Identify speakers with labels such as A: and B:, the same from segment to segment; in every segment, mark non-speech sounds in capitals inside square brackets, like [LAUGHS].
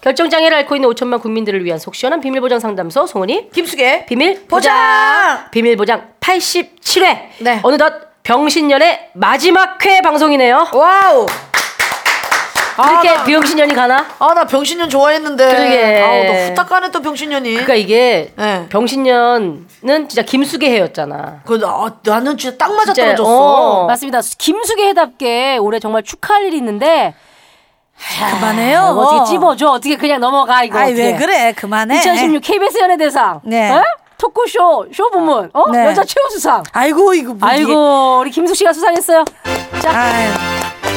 A: 결정장애를 앓고 있는 5천만 국민들을 위한 속 시원한 비밀보장 상담소 송은이
B: 김숙의
A: 비밀
B: 보장!
A: 비밀보장 87회
B: 네.
A: 어느덧 병신년의 마지막 회 방송이네요
B: 와우.
A: 이렇게
B: 아, 나-
A: 병신년이 가나?
B: 아 나 병신년 좋아했는데.
A: 그러게.
B: 아우 나 후딱 가네 또 병신년이.
A: 그러니까 이게
B: 네.
A: 병신년은 진짜 김숙의 해였잖아
B: 그 나, 나는 진짜 딱 맞아
A: 진짜,
B: 떨어졌어.
A: 어.
C: 맞습니다. 김숙의 해답게 올해 정말 축하할 일이 있는데
D: 그만해요.
C: 어, 어떻게 찝어줘? 어떻게 그냥 넘어가 이거?
D: 아이
C: 어떻게.
D: 왜 그래? 그만해.
B: 네.
C: 2016 KBS 연예대상,
D: 네.
C: 어? 토크쇼 쇼 부문, 어?
D: 네.
C: 여자 최우 수상.
D: 아이고 이거 뭐지?
C: 아이고 우리 김숙 씨가 수상했어요.
D: 아유.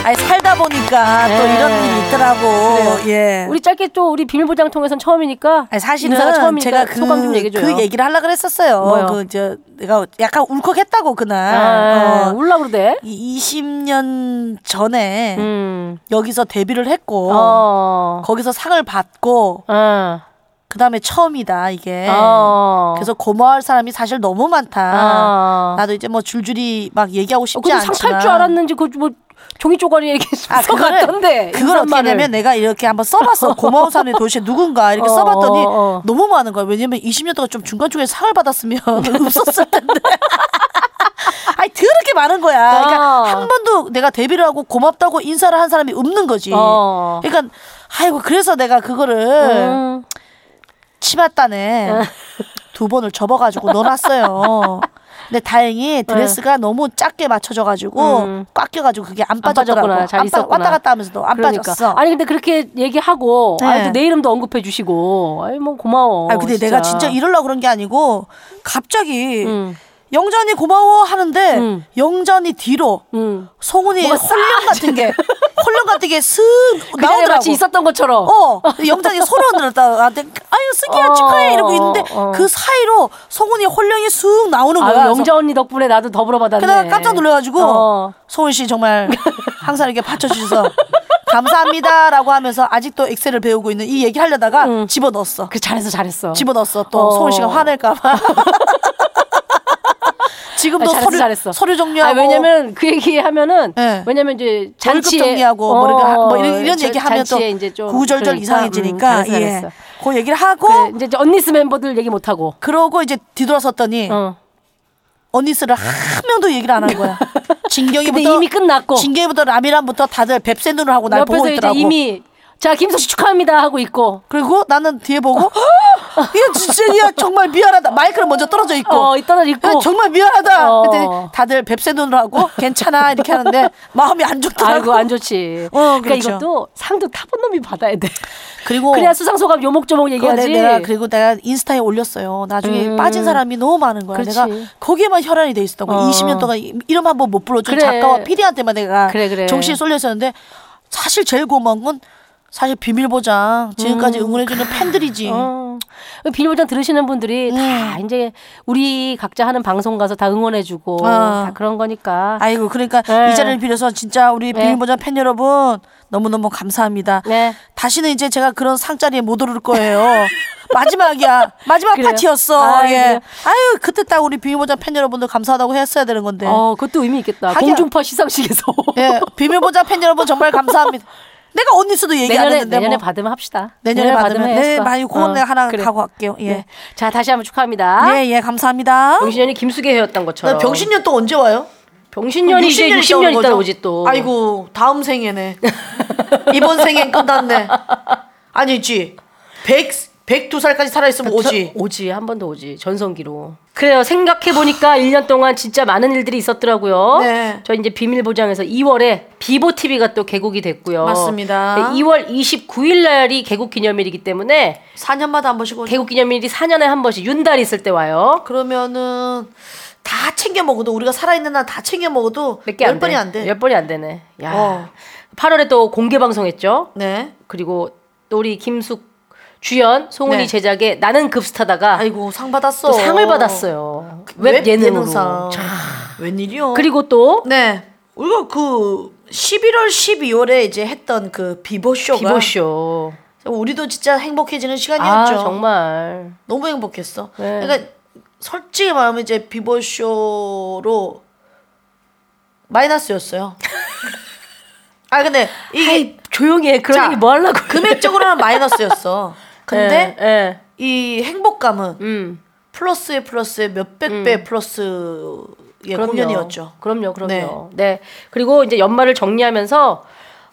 D: 아이 살다 보니까 또
C: 네.
D: 이런 일이 있더라고. 예.
C: 우리 짧게 또 우리 비밀보장 통해선 처음이니까
D: 아니, 사실은
C: 인사가 처음이니까
D: 제가 그,
C: 소감 좀 얘기해줘요.
D: 그 얘기를 하려고 했었어요.
C: 뭐요?
D: 그 저 내가 약간 울컥했다고 그날.
C: 아,
D: 어.
C: 울라 그러대.
D: 이- 20년 전에
C: 음.
D: 여기서 데뷔를 했고
C: 어.
D: 거기서 상을 받고
C: 어.
D: 그다음에 처음이다 이게.
C: 어.
D: 네. 그래서 고마워할 사람이 사실 너무 많다.
C: 어.
D: 나도 이제 뭐 줄줄이 막 얘기하고
C: 어,
D: 싶지
C: 근데
D: 않지만.
C: 상탈 줄 알았는지 그 뭐 종이 쪼가리에 이렇게
D: 아, 그거를-
C: 써갔던데.
D: 그걸 어떻게 냐면 내가 이렇게 한번 써봤어.
C: [LAUGHS]
D: 고마운 사람이 도대체 누군가 이렇게
C: 어,
D: 써봤더니
C: 어, 어.
D: 너무 많은 거야. 왜냐면 20년 동안 좀 중간중간에 상을
C: [LAUGHS]
D: 받았으면 없었을 텐데. [LAUGHS] 아니, 더럽게 많은 거야. 그러니까
C: 어.
D: 한 번도 내가 데뷔를 하고 고맙다고 인사를 한 사람이 없는 거지.
C: 어.
D: 그러니까, 아이고, 그래서 내가 그거를
C: 음.
D: 치맛단에 두 번을 접어가지고 넣어놨어요.
C: 네.
D: 근데 다행히 드레스가 너무 작게 맞춰져가지고 꽉 껴가지고 그게 안
C: 음.
D: 빠졌더라고.
C: 빠졌구나. 잘
D: 안 빠-
C: 있었구나.
D: 왔다 갔다 하면서도 안 빠졌어.
C: 그러니까. 아니 근데 그렇게 얘기하고
D: 네.
C: 아또내 이름도 언급해 주시고 아이 뭐 고마워.
D: 아 근데 내가 진짜 이럴라 그런 게 아니고 갑자기
C: 음.
D: 영전이 고마워 하는데
C: 음.
D: 영전이 뒤로
C: 음.
D: 송은이
C: 뭐가
D: 홀령
C: [LAUGHS]
D: 같은 게 홀령 같은 게슥
C: 그 나오라
D: 나오더라고.
C: 같이 있었던 것처럼.
D: 어 영전이 소리 들었다 나한테 아유 승기야
C: 어,
D: 축하해 이러고 있는데
C: 어, 어.
D: 그 사이로 송은이 홀령이 쑥 나오는 거야.
C: 아유,
D: 그래서
C: 영자 언니 덕분에 나도 더불어 받았네.
D: 그다가 깜짝 놀래가지고
C: 어.
D: 송은 씨 정말 항상 이렇게 받쳐주셔서 감사합니다라고 하면서 아직도 엑셀을 배우고 있는 이 얘기 하려다가 집어 넣었어.
C: 그 잘했어 잘했어.
D: 집어넣었어. 또
C: 어.
D: 소은 씨가 화낼까봐. [LAUGHS]
C: 아니,
D: 지금도
C: 아, 잘했어,
D: 서류
C: 잘했어.
D: 서류 정리하고.
C: 아, 왜냐면 그 얘기 하면은
D: 예.
C: 왜냐면 이제 잔치에
D: 정리하고 뭐 이렇게 하- 뭐 이런, 이런
C: 저-
D: 얘기 하면 또
C: 잔치에 이제 좀
D: 구구절절
C: 그러니까,
D: 이상해지니까
C: 음, 잘했어, 잘했어.
D: 예. 그 얘기를 하고
C: 그 이제 저 언니스 멤버들 얘기 못 하고.
D: 그러고 이제 뒤돌아섰더니
C: 어.
D: 언니스를 한 명도 얘기를 안 한 거야.
C: [LAUGHS] 근데
D: 진경이부터
C: 이미 끝났고
D: 진경이부터 라미란부터 다들 뱁새 눈을 하고 날 보고
C: 옆에서 이제
D: 있더라고.
C: 이미 자 김숙 씨 축하합니다 하고 있고
D: 그리고 나는 뒤에 보고 [GASPS] 이거 진짜 야 정말 미안하다. 마이크를 먼저 떨어져 네, 있고.
C: 어 있다가
D: 야,
C: 있고
D: 정말 미안하다.
C: 어.
D: 그랬더니 다들 뱁새 눈으로 하고 괜찮아 이렇게 하는데 마음이 안 좋더라고.
C: 아이고 안 좋지.
D: 어,
C: 그러니까
D: 그렇죠.
C: 이것도 상도 타본 놈이 받아야 돼.
D: 그리고
C: 그래야 수상 소감 요목조목
D: 그거 내-
C: 얘기하지. 음.
D: 내가 그리고 내가 인스타에 올렸어요. 나중에 빠진 사람이 너무 많은 거야.
C: 그렇지.
D: 내가 거기에만 혈안이 돼 있었던 거야.
C: 어.
D: 20년 동안 이- 이름 한 번 못 불러준
C: 그래.
D: 작가와 PD한테만 내가
C: 그래, 그래.
D: 정신이 쏠려 있었는데 사실 제일 고마운 건 사실 비밀 보장 지금까지 응원해주는 팬들이지.
C: 음. 어. 비밀보장 들으시는 분들이
D: 네.
C: 다 이제 우리 각자 하는 방송 가서 다 응원해주고
D: 어.
C: 다 그런 거니까.
D: 아이고 그러니까
C: 네.
D: 이 자리를 빌어서 진짜 우리
C: 네.
D: 비밀 보장 팬 여러분 너무너무 감사합니다.
C: 네.
D: 다시는 이제 제가 그런 상자리에 못 오를 거예요. [LAUGHS] 마지막이야. 마지막
C: 그래요?
D: 파티였어.
C: 아,
D: 예.
C: 그래요?
D: 아유, 그때 딱 우리 비밀보장 팬 여러분들 감사하다고 했어야 되는 건데.
C: 어 그것도 의미 있겠다.
D: 네. 하긴-
C: 공중파 시상식에서.
D: 예. 비밀보장 팬 여러분 정말 감사합니다.
B: [LAUGHS]
D: 내가 언니 수도 얘기 안
C: [LAUGHS] 내년에
D: 했는데
C: 내년에
D: 뭐.
C: 받으면 합시다.
D: 내년에 받으면
C: 해야지.
B: 예,
C: 어,
D: 네, 많이 고운 내 하나
C: 그래.
D: 가고 갈게요. 예.
C: 네. 자 다시 한번
B: 아?
C: 축하합니다.
D: 예, 예, 감사합니다.
A: 병신년이 김숙의 해였던 것처럼
B: 나 병신년 또 언제 와요?
A: 병신년이 이제
B: 60년이
A: 60년
B: 떠오르는
A: 있다
B: 거죠?
A: 오지 또
B: 아이고 다음 생에네. 이번 생엔 끝났네. 아니지. 100 102살까지 살아 있으면 오지.
A: 저- 오지 한 번 더 오지 전성기로 그래요 생각해보니까 1년 동안 진짜 많은 일들이 있었더라고요
B: 네.
A: 저 이제 비밀보장에서 2월에 비보TV가 또 개국이 됐고요
B: 맞습니다.
A: 2월 29일 날이 개국 기념일이기 때문에
B: 4년마다 한 번씩 오지.
A: 개국 기념일이 4년에 한 번씩 윤달이 있을 때 와요
B: 그러면은 다 챙겨 먹어도 우리가 살아 있는 날 다 챙겨 먹어도
A: 몇 개안
B: 열 번이 안 돼.
A: 열 번이 안 되네 야
B: 어.
A: 8월에 또 공개 방송했죠
B: 네.
A: 그리고 또 우리 김숙 주연 송은이
B: 네.
A: 제작의 나는 급스타다가
B: 아이고 상 받았어.
A: 또 상을 받았어요. 웹, 예능으로.
B: 예능상. 아,
A: 자,
B: 웬일이요?
A: 그리고 또
B: 네. 우리가 그 11월 12월에 이제 했던 그 비보
D: 아,
B: 쇼가
A: 비보쇼.
B: 우리도 진짜 행복해지는
A: 아
B: 시간이었죠.
A: 정말.
B: 너무 행복했어.
A: 네.
B: 그러니까 솔직히 말하면 이제
A: [LAUGHS]
B: 비보 쇼로 마이너스였어요.
D: 아 근데 이게
C: 아이, 조용히 해. 그런
D: 자,
C: 얘기 뭐 하려고. 그래.
A: [LAUGHS]
D: 금액적으로는 마이너스였어. 근데
A: 네.
C: 예, 예.
D: 이 행복감은
C: 음.
D: 플러스에 플러스에 몇백
A: 음.
D: 배 플러스의 예, 공연이었죠.
C: 그럼요, 그럼요. 네. 그리고 이제 연말을 정리하면서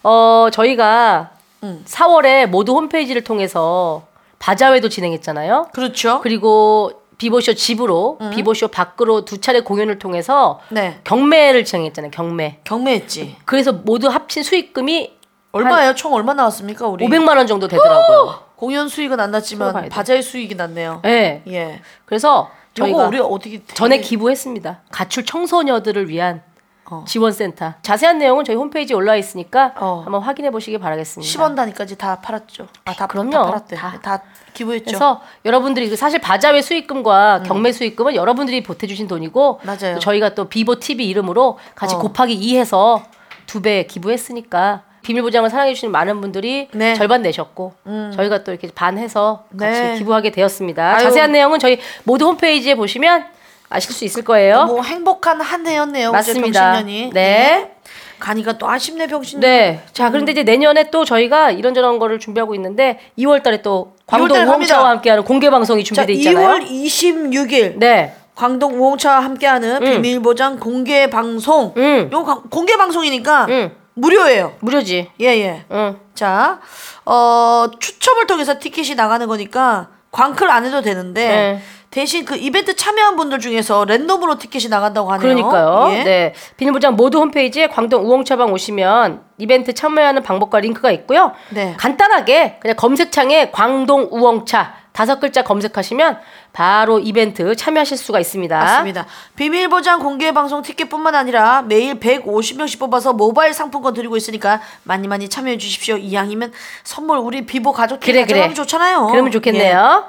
C: 어 저희가
D: 음.
C: 4월에 모두 홈페이지를 통해서 바자회도 진행했잖아요.
D: 그렇죠.
C: 그리고 비보쇼 집으로
D: 음.
C: 비보쇼 밖으로 두 차례 공연을 통해서
D: 네.
C: 경매를 진행했잖아요. 경매.
D: 경매했지.
C: 그래서 모두 합친 수익금이
D: 얼마예요? 총 얼마 나왔습니까? 우리
C: 500만 원 정도 되더라고요.
D: 공연 수익은
C: 서로
D: 안
C: 봐야
D: 났지만
C: 돼.
D: 바자의 수익이 났네요.
C: 예.
D: 예.
C: 그래서
D: 저거
C: 저희가
D: 우리 어떻게 되게-
C: 전에 기부했습니다. 가출 청소녀들을 위한
D: 네. 어.
C: 지원센터. 자세한 내용은 저희 홈페이지에 올라와 있으니까
D: 어.
C: 한번 확인해 보시기 바라겠습니다.
D: 10원 단위까지 다 팔았죠. 아, 다,
C: 그럼요.
D: 다 팔았대.
C: 다.
D: 다, 기부했죠.
C: 그래서 여러분들이 그 사실 바자회 수익금과 경매 수익금은 여러분들이 보태주신 돈이고
D: 음. 맞아요.
C: 또 저희가 또 비보 TV 이름으로 같이
D: 어.
C: 곱하기 2해서 두 배 기부했으니까 비밀 보장을 사랑해 주시는 많은 분들이
D: 네. 음.
C: 절반 내셨고 저희가 또 이렇게 반해서 같이
D: 네.
C: 기부하게 되었습니다.
D: 아유.
C: 자세한 내용은 저희 모두 홈페이지에 보시면 아실 수 있을 거예요.
D: 뭐 행복한 한 해였네요.
C: 맞습니다.
D: 병신년이. 예.
C: 네.
D: 가니가 또 아쉽네 병신년.
C: 네. 자, 그런데 이제 내년에 또 저희가 이런저런 거를 준비하고 있는데 2월 달에 또 광동
D: 이월 달에
C: 우엉차와
D: 갑니다.
C: 함께하는 공개 방송이
D: 자,
C: 준비돼 있잖아요.
D: 2월 26일
C: 네.
D: 광동 우홍차와 함께하는 비밀 보장 공개 방송.
C: 음.
D: 요 가- 공개 방송이니까
C: 음.
D: 무료예요.
C: 무료지.
D: 예 예.
C: 응.
D: 자, 어, 추첨을 통해서 티켓이 나가는 거니까 광클 안 해도 되는데
C: 네.
D: 대신 그 이벤트 참여한 분들 중에서 랜덤으로 티켓이 나간다고 하네요.
C: 그러니까요.
D: 예.
C: 네. 비닐보장 모두 홈페이지에 광동 우엉차방 오시면 이벤트 참여하는 방법과 링크가 있고요.
D: 네.
C: 간단하게 그냥 검색창에 광동 우엉차 다섯 글자 검색하시면 바로 이벤트 참여하실 수가 있습니다.
D: 맞습니다. 비밀 보장 공개 방송 티켓뿐만 아니라 매일 150명씩 뽑아서 모바일 상품권 드리고 있으니까 많이 많이 참여해 주십시오. 이왕이면 선물 우리 비보 가족끼리
C: 그래
D: 가져가면
C: 그래.
D: 좋잖아요.
C: 그러면
D: 예.
C: 좋겠네요.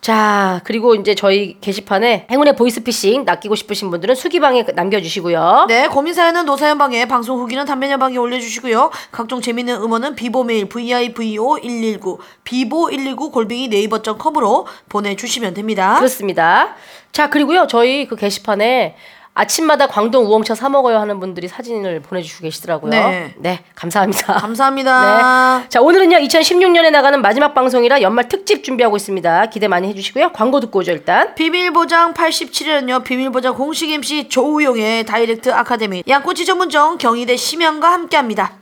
C: 자 그리고 이제 저희 게시판에 행운의 보이스피싱 낚이고 싶으신 분들은 수기방에 남겨주시고요.
D: 네, 고민 사연은 노사연 방에 방송 후기는 단면 연방에 올려주시고요. 각종 재밌는 음원은 비보 메일 vivo 119 비보 119 골뱅이 네이버 .com으로 보내주시면 됩니다.
C: 그렇습니다. 자 그리고요 저희 그 게시판에 아침마다 광동 우엉차 사 먹어요 하는 분들이 사진을 보내주시고 계시더라고요.
D: 네.
C: 감사합니다. [LAUGHS]
D: 감사합니다.
C: 네. 자 오늘은요 2016년에 나가는 마지막 방송이라 연말 특집 준비하고 있습니다. 기대 많이 해주시고요. 광고 듣고 오죠 일단.
D: 비밀보장 87회는요 비밀보장 공식 MC 조우용의 다이렉트 아카데미 양꼬치 전문점 경희대 심연과 함께합니다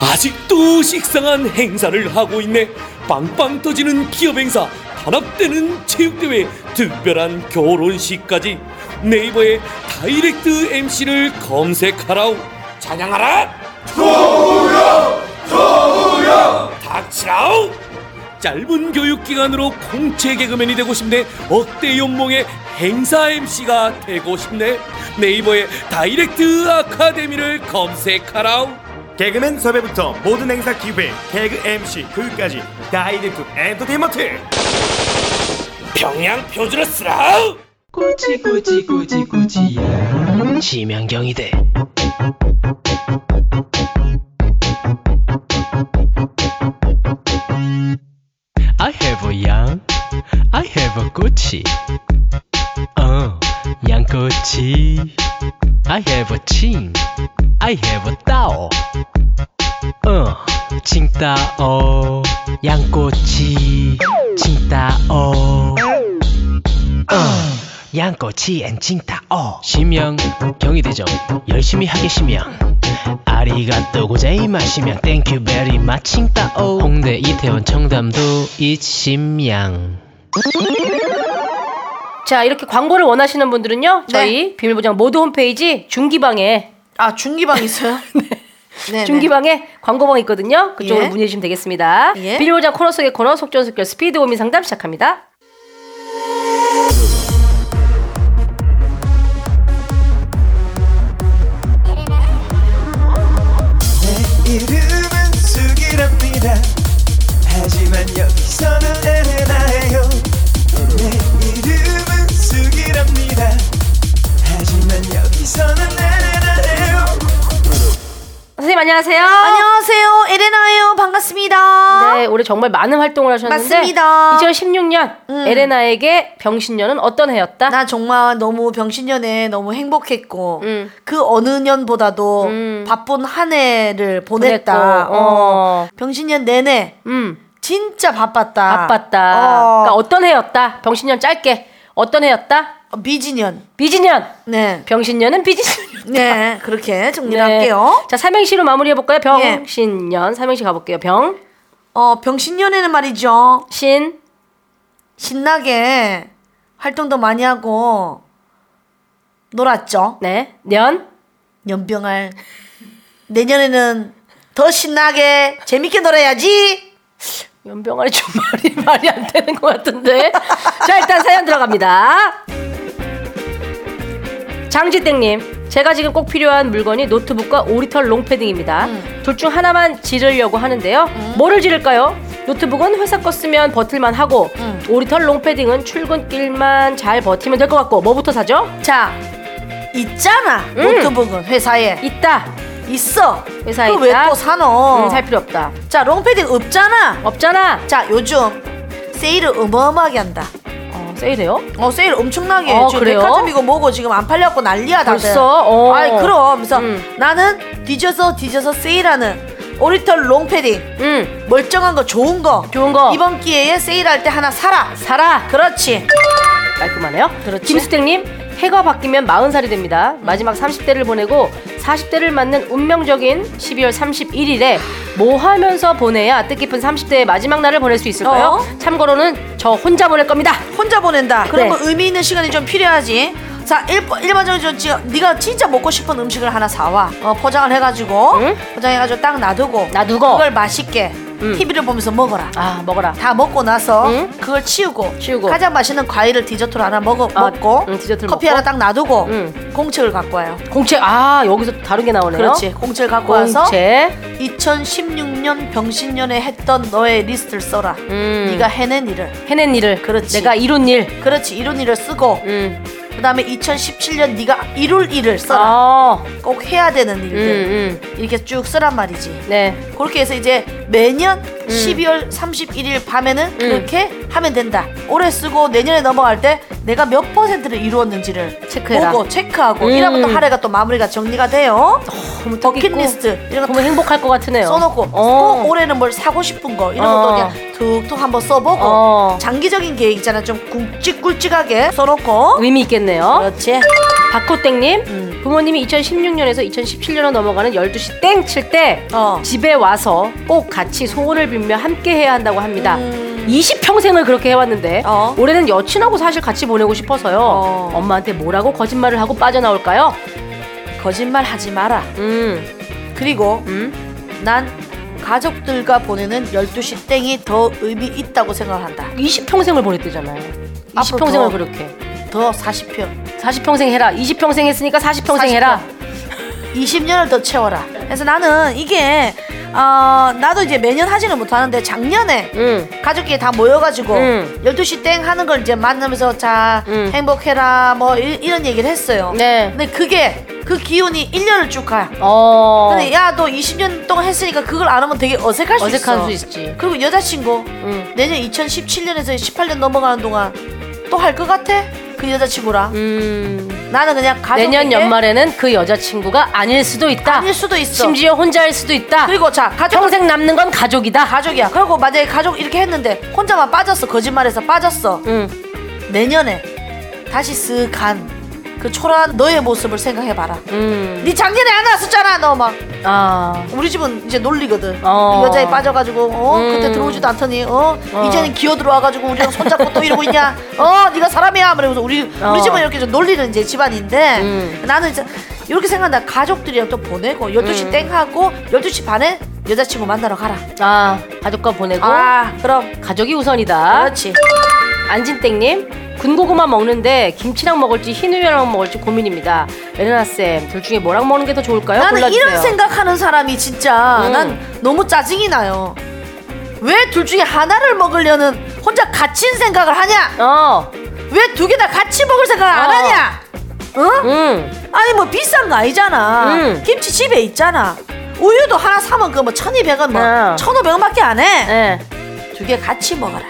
E: 아직도 식상한 행사를 하고 있네. 빵빵 터지는 기업 행사, 단합되는 체육대회, 특별한 결혼식까지 네이버에 다이렉트 MC를 검색하라우. 찬양하라. 조우요, 조우요. 닥치라우. 짧은 교육 기간으로 공채 개그맨이 되고 싶네. 억대 연봉의 행사 MC가 되고 싶네. 네이버에 다이렉트 아카데미를 검색하라우.
F: 개그맨 섭외부터 모든 행사 기획, 개그 MC 교육까지 다이렉트 엔터테인먼트.
E: 평양 표준어 쓰라우.
G: 꾸지꾸지꾸지꾸지야 지명경이대 I have a young I have a 꼬치 어 양꼬치 I have a 칭 I have a 따오 어 칭따오 양꼬치 칭따오 양꼬치 엔칭타 어 심양 경희대죠 열심히 하겠시명 아리가또 고자이마 심양 땡큐 베리 마칭타 어 홍대 이태원 청담도 이심양
C: 자 이렇게 광고를 원하시는 분들은요 저희
D: 네.
C: 비밀보장 모두 홈페이지 중기방에
D: 아 중기방
C: [LAUGHS]
D: 있어요? 네
C: 중기방에 광고방 있거든요. 그쪽으로
D: 예.
C: 문의해 주시면 되겠습니다.
D: 예.
C: 비밀보장 코너 속의 코너 속전속결 스피드 고민 상담 시작합니다.
H: 이름은 숙이랍니다 하지만 여기서는 에레나예요 내 이름은 숙이랍니다 하지만 여기서는 에레나예요
C: 선생님 안녕하세요.
D: 안녕하세요 에레나예요 남았습니다.
C: 네, 올해 정말 많은 활동을 하셨는데
D: 맞습니다. 음.
C: 2016년 에레나에게 병신년은 어떤 해였다?
D: 나 정말 너무 병신년에 너무 행복했고
C: 음.
D: 그 어느 년보다도
C: 음.
D: 바쁜 한 해를 보냈다.
C: 보냈고, 어.
D: 병신년 내내
C: 음,
D: 진짜 바빴다.
C: 바빴다.
D: 어.
C: 그러니까 어떤 해였다? 병신년 짧게 어떤 해였다?
D: 어, 미지년.
C: 비지년.
D: 네.
C: 병신년은 비지년. [LAUGHS]
D: [LAUGHS] 네. 그렇게 정리할게요.
C: 자, 삼행시로 마무리해 볼까요?
D: 예.
C: 병신년 삼행시 가볼게요. 병,
D: 어, 병신년에는 말이죠.
C: 신,
D: 신나게 활동도 많이 하고 놀았죠.
C: 네, 년,
D: 연병할 내년에는 더 신나게 재밌게 놀아야지.
C: 연병아리 좀 말이 [LAUGHS] 말이 안 되는 것 같은데. 자 일단 사연 들어갑니다. 장지땡님, 제가 지금 꼭 필요한 물건이 노트북과 오리털 롱패딩입니다. 둘 중 하나만 지르려고 하는데요. 뭐를 지를까요? 노트북은 회사 거 쓰면 버틸만 하고 오리털 롱패딩은 출근길만 잘 버티면 될 것 같고 뭐부터 사죠?
D: 자, 있잖아. 노트북은 회사에
C: 있다.
D: 있어.
C: 음. 회사에
D: 그걸 왜
C: 있다.
D: 또 사노?
C: 음, 살 필요 없다.
D: 자, 롱패딩 없잖아.
C: 없잖아.
D: 자, 요즘 세일을 어마어마하게 한다.
C: 어, 세일해요?
D: 어, 세일 엄청나게
C: 어,
D: 지금
C: 그래요?
D: 백화점이고 뭐고 지금 안 팔려고 난리야 다들.
C: 벌써? 어.
D: 아이 그럼 그래서
C: 음.
D: 나는 뒤져서 뒤져서 세일하는 오리털 롱패딩
C: 응.
D: 멀쩡한 거 좋은 거
C: 좋은 거.
D: 이번 기회에 세일할 때 하나 사라.
C: 사라.
D: 그렇지.
C: 깔끔하네요. 김수택님 해가 바뀌면 40살이 됩니다. 마지막 30대를 보내고 40대를 맞는 운명적인 12월 31일에 뭐 하면서 보내야 뜻깊은 30대의 마지막 날을 보낼 수 있을까요?
D: 어?
C: 참고로는 저 혼자 보낼 겁니다.
D: 혼자 보낸다.
C: 네.
D: 그런 거 의미 있는 시간이 좀 필요하지. 자, 일, 일반적으로 저 지금 네가 진짜 먹고 싶은 음식을 하나 사와. 어, 포장을 해가지고
C: 응?
D: 포장해가지고 딱 놔두고
C: 놔두고.
D: 그걸 맛있게
C: 음.
D: TV를 보면서 먹어라.
C: 아 먹어라.
D: 다 먹고 나서
C: 응?
D: 그걸 치우고,
C: 치우고.
D: 가장 맛있는 과일을 디저트로 하나 먹어,
C: 아,
D: 먹고
C: 응, 디저트를
D: 커피
C: 먹고.
D: 하나 딱 놔두고
C: 응.
D: 공책을 갖고 와요.
C: 공채 아 여기서 다른 게 나오네요.
D: 그렇지. 공책을 갖고 와서
C: 공채.
D: 2016년 병신년에 했던 너의 리스트를 써라.
C: 음.
D: 네가 해낸 일을.
C: 해낸 일을.
D: 그렇지.
C: 내가 이룬 일.
D: 그렇지. 이런 일을 쓰고
C: 음.
D: 그다음에 2017년 네가 이룰 일을 써라.
C: 아.
D: 꼭 해야 되는
C: 음.
D: 일들
C: 음.
D: 이렇게 쭉 쓰란 말이지.
C: 네.
D: 그렇게 해서 이제 매년
C: 음.
D: 12월 31일 밤에는 그렇게 하면 된다. 올해 쓰고 내년에 넘어갈 때 내가 몇 퍼센트를 이루었는지를
C: 체크해라.
D: 보고 체크하고
C: 음.
D: 이러면또 한 해가 또 마무리가 정리가 돼요.
C: 너무 뜻깊고
D: 버킷리스트 이런
C: 너무
D: 거
C: 행복할 것 같으네요.
D: 다 써놓고
C: 어.
D: 또 올해는 뭘 사고 싶은 거 이런 것도
C: 어.
D: 그냥 툭툭 한번 써보고
C: 어.
D: 장기적인 계획 있잖아 좀 굵직굵직하게 써놓고
C: 의미 있겠네요.
D: 그렇지.
C: 박호땡님
D: 음.
C: 부모님이 2016년에서 2017년으로 넘어가는 12시 땡 칠 때
D: 어.
C: 집에 와서 꼭 같이 소원을 빌며 함께 해야 한다고 합니다. 20평생을 그렇게 해왔는데
D: 어.
C: 올해는 여친하고 사실 같이 보내고 싶어서요.
D: 어.
C: 엄마한테 뭐라고 거짓말을 하고 빠져나올까요?
D: 거짓말 하지 마라.
C: 음,
D: 그리고
C: 음.
D: 난 가족들과 보내는 12시 땡이 더 의미 있다고 생각한다.
C: 20평생을 보냈대잖아요.
D: 앞으로
C: 20평생을
D: 더.
C: 그렇게.
D: 더 40표,
C: 40평생 해라. 20평생 했으니까 40평생 해라.
D: 20년을 더 채워라. 그래서 나는 이게 어, 나도 이제 매년 하지는 못하는데 작년에
C: 음.
D: 가족끼리 다 모여가지고
C: 음.
D: 12시 땡 하는 걸 이제 만나면서 자
C: 음.
D: 행복해라 뭐 이, 런 얘기를 했어요.
C: 네.
D: 근데 그게 그 기운이 1년을 쭉 가.
C: 어.
D: 근데 야 너 20년 동안 했으니까 그걸 안 하면 되게 어색할 수
C: 어색할
D: 있어.
C: 수 있지.
D: 그리고 여자친구
C: 음.
D: 내년 2017년에서 18년 넘어가는 동안 또 할 것 같아? 그 여자친구랑
C: 음.
D: 나는 그냥 가족
C: 내년 연말에는 그 여자친구가 아닐 수도 있다.
D: 아닐 수도 있어
C: 심지어 혼자일 수도 있다.
D: 그리고 자 가족
C: 평생 남는 건 가족이다.
D: 가족이야 그리고 만약에 가족 이렇게 했는데 혼자만 빠졌어 거짓말해서 빠졌어
C: 응.
D: 내년에 다시 쓱간그 초라한 너의 모습을 생각해봐라
C: 음.
D: 네 작년에 안 왔었잖아 너 막
C: 아.
D: 우리 집은 이제 놀리거든
C: 어.
D: 이 여자에 빠져가지고 어
C: 음.
D: 그때 들어오지도 않더니 어,
C: 어.
D: 이제는 기어 들어와가지고 우리랑 손잡고 또 이러고
C: [LAUGHS]
D: 있냐 어 네가 사람이야 말하면서 우리
C: 어.
D: 우리 집은 이렇게 좀 놀리는 이제 집안인데
C: 음.
D: 나는 이제 이렇게 생각한다 가족들이랑 또 보내고 12시
C: 음.
D: 땡하고 12시 반에 여자친구 만나러 가라
C: 아, 가족과 보내고
D: 아 그럼
C: 가족이 우선이다.
D: 그렇지
C: 아, 안진땡님 군고구마 먹는데 김치랑 먹을지 흰우유랑 먹을지 고민입니다. 에레나 쌤, 둘 중에 뭐랑 먹는 게 더 좋을까요?
D: 나는
C: 골라주세요.
D: 이런 생각하는 사람이 진짜
C: 음.
D: 난 너무 짜증이 나요 왜 둘 중에 하나를 먹으려는 혼자 갇힌 생각을 하냐
C: 어,
D: 왜 두 개 다 같이 먹을 생각 안
C: 어.
D: 하냐 응?
C: 음,
D: 아니 뭐 비싼 거 아니잖아
C: 음.
D: 김치 집에 있잖아 우유도 하나 사면 그뭐 1200원 뭐
C: 어.
D: 1500원밖에 안 해 두 개
C: 예.
D: 같이 먹어라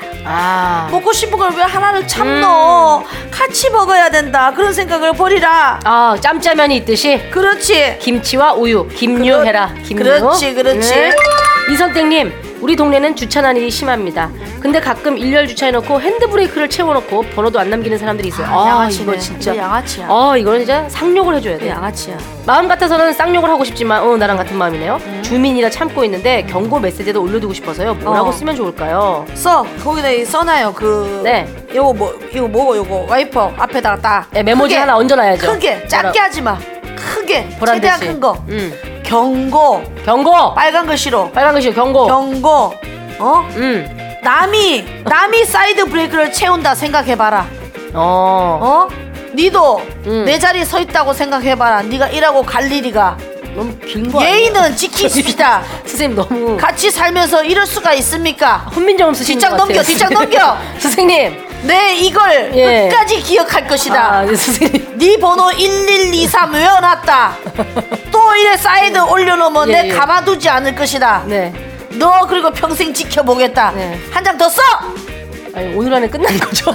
C: 아. 음.
D: 먹고 싶은 걸 왜 하나를 참노 같이 먹어야 된다 그런 생각을 버리라
C: 아, 짬짜면이 있듯이
D: 그렇지
C: 김치와 우유, 김류
D: 그렇-
C: 해라. 김류. 네.
D: 그렇지, 그렇지.
C: 이선택님, 우리 동네는 주차난이 심합니다. 근데 가끔 일렬 주차해놓고 핸드브레이크를 채워놓고 번호도 안 남기는 사람들이 있어요.
D: 아,
C: 아,
D: 양아치네.
C: 이거 진짜.
D: 이거 양아치야.
C: 어, 이거는 진짜 상욕을 해줘야
D: 그
C: 돼.
D: 양아치야
C: 마음 같아서는 쌍욕을 하고 싶지만, 어, 나랑 같은 마음이네요. 주민이라 참고 있는데 경고 메시지도 올려두고 싶어서요. 뭐라고
D: 어.
C: 쓰면 좋을까요?
D: 써 거기다 이 써놔요 그
C: 네.
D: 요거 뭐 이거 뭐고 요거 와이퍼 앞에다가 딱
C: 네, 메모지
D: 크게,
C: 하나 얹어놔야죠.
D: 크게 작게 하지 마 크게
C: 보란
D: 최대한
C: 듯이.
D: 큰거
C: 음.
D: 경고
C: 경고.
D: 빨간 글씨로
C: 빨간 글씨 경고.
D: 경고 어
C: 음.
D: 남이 남이 사이드 브레이크를 채운다 생각해봐라
C: 어.
D: 어 니도
C: 음.
D: 내 자리에 서 있다고 생각해봐라 니가 일하고 갈 일이가
C: 너무 긴거
D: 예의는 지키십시다
C: 선생님 너무
D: 같이 살면서 이럴 수가 있습니까
C: 혼민정 쓰시는
D: 뒷장
C: 것 같아요.
D: 넘겨, 뒷장 넘겨.
C: [LAUGHS] 선생님.
D: 내 이걸
C: 예.
D: 끝까지 기억할 것이다
C: 아, 이제 선생님.
D: 네 번호 1123 외워놨다. 또 이래 사이드 올려놓으면
C: 예,
D: 내
C: 예.
D: 가만두지 않을 것이다.
C: 네.
D: 너 그리고 평생 지켜보겠다.
C: 네.
D: 한 장 더 써.
C: 아니, 오늘 안에 끝난
D: [LAUGHS]
C: 거죠.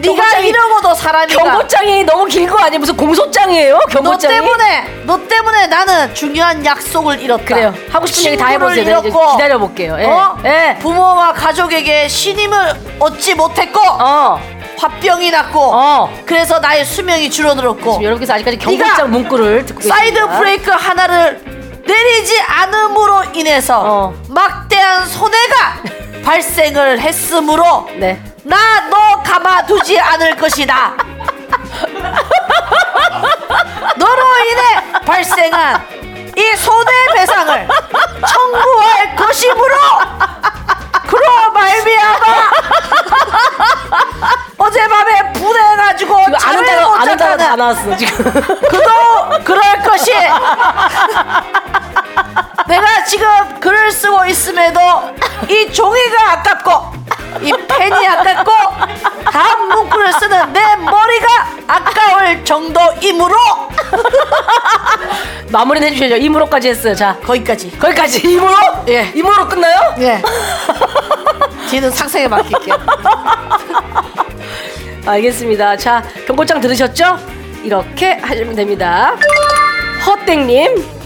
D: 네가
C: 경고장이-
D: 이러고도 사람이다.
C: 경고장이 너무 긴 거 아니에요? 무슨 공소장이에요?
D: 너
C: 경고장이.
D: 때문에 너 때문에 나는 중요한 약속을 잃었다.
C: 그래요. 하고 싶은 얘기 다
D: 친구를
C: 해보세요. 내가 이제
D: 잃었고,
C: 기다려볼게요. 예.
D: 어?
C: 예.
D: 부모와 가족에게 신임을 얻지 못했고
C: 어.
D: 화병이 났고
C: 어.
D: 그래서 나의 수명이 줄어들었고
C: 지금 여러분께서 아직까지
D: 네가
C: 경고장 문구를 듣고
D: 사이드
C: 계십니다.
D: 브레이크 하나를 내리지 않음으로 인해서
C: 어. [LAUGHS]
D: 막대한 손해가 발생을 했으므로
C: 네.
D: 나 너 가마두지 않을 것이다. [LAUGHS] 너로 인해 발생한 이 손해배상을 청구할 것이므로 그로 말미암아 [LAUGHS] 어젯밤에 분해가지고
C: [LAUGHS] 이거 아는
D: 잠을
C: 단어
D: 못
C: 아는 단어 다
D: 잤다는
C: 나왔어 지금. [LAUGHS]
D: 그도 그럴 것이 내가 지금 글을 쓰고 있음에도 이 종이가 아깝고 이 펜이 아깝고 다음 문구를 쓰는 내 머리가 아까울 정도이므로
C: 마무리는 해주셔야죠. 이무로까지 했어요. 자.
D: 거기까지
C: 거기까지 이무로?
D: 예.
C: 이무로 끝나요?
D: 예 뒤는 상생에 맡길게요
C: 알겠습니다. 자, 경고장 들으셨죠? 이렇게 하시면 됩니다. 헛땡님.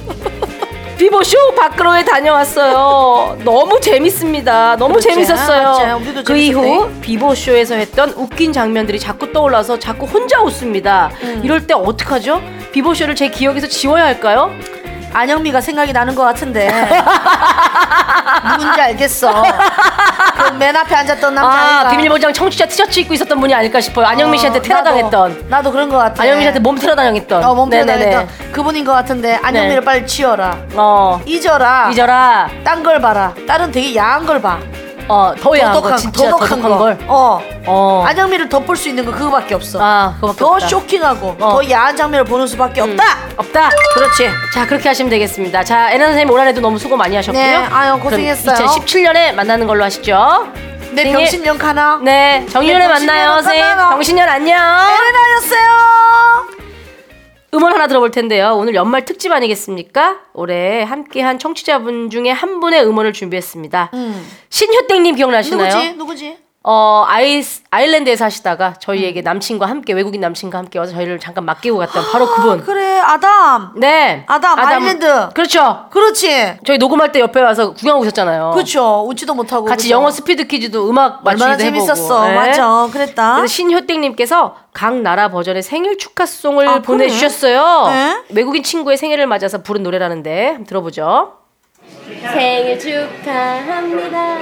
C: [LAUGHS] 비보쇼 밖으로에 다녀왔어요. 너무 재밌습니다. 너무
D: 그렇지.
C: 재밌었어요.
D: 아, 맞아요. 우리도
C: 그
D: 재밌었네.
C: 이후 비보쇼에서 했던 웃긴 장면들이 자꾸 떠올라서 자꾸 혼자 웃습니다.
D: 음.
C: 이럴 때 어떡하죠? 비보쇼를 제 기억에서 지워야 할까요?
D: 안영미가 생각이 나는 것 같은데 누군지 알겠어 그 맨 앞에 앉았던 남자아이가
C: 아, 비밀번장 청취자 티셔츠 입고 있었던 분이 아닐까 싶어요. 안영미 씨한테
D: 나도,
C: 테러당했던.
D: 나도 그런 것 같아
C: 안영미 씨한테 몸 테러당했던.
D: 어, 몸통
C: 네네네.
D: 당했던 그분인 것 같은데 안영미를
C: 네.
D: 빨리 치워라.
C: 어.
D: 잊어라.
C: 잊어라.
D: 딴 걸 봐라. 다른 되게 야한 걸 봐.
C: 어, 더 야한 거
D: 도덕한,
C: 진짜
D: 도덕한
C: 도덕한
D: 거.
C: 걸.
D: 어.
C: 어.
D: 안영미를 덮을 수 있는 거 그거밖에 없어.
C: 아, 그거밖에
D: 더
C: 없다.
D: 쇼킹하고
C: 어. 음.
D: 더 야한 장면을 보는 수밖에 없다.
C: 없다.
D: 그렇지.
C: 자, 그렇게 하시면 되겠습니다. 자, 애나 선생님 올 한해도 너무 수고 많이 하셨고요.
D: 네, 아유, 고생했어요.
C: 2017년에 만나는 걸로 하시죠.
D: 내
C: 선생님,
D: 병신령 가나.
C: 네, 정년에
D: 네,
C: 만나요,
D: 병신년
C: 선생님.
D: 만나요.
C: 정신년 안녕.
D: 에레나였어요.
C: 음원 하나 들어볼 텐데요. 오늘 연말 특집 아니겠습니까? 올해 함께한 청취자분 중에 한 분의 음원을 준비했습니다. 신효땡님 기억나시나요?
D: 누구지? 누구지?
C: 어, 아이, 아일랜드에서 하시다가
D: 음.
C: 저희에게 남친과 함께, 외국인 남친과 함께 와서 저희를 잠깐 맡기고 갔던 바로 그분.
D: 그래 아담.
C: 네.
D: 아담, 아일랜드.
C: 그렇죠.
D: 그렇지.
C: 저희 녹음할 때 옆에 와서 구경하고 오셨잖아요.
D: 그렇죠. 웃지도 못하고.
C: 어. 같이
D: 그죠?
C: 영어 스피드 퀴즈도 음악
D: 얼마나
C: 맞추기도 해보고.
D: 재밌었어.
C: 네.
D: 맞아. 그랬다.
C: 그래서 신효땡님께서 각 나라 버전의 생일 축하송을
D: 아, 그래?
C: 보내주셨어요.
D: 네.
C: 외국인 친구의 생일을 맞아서 부른 노래라는데 한번 들어보죠. 생일 축하합니다.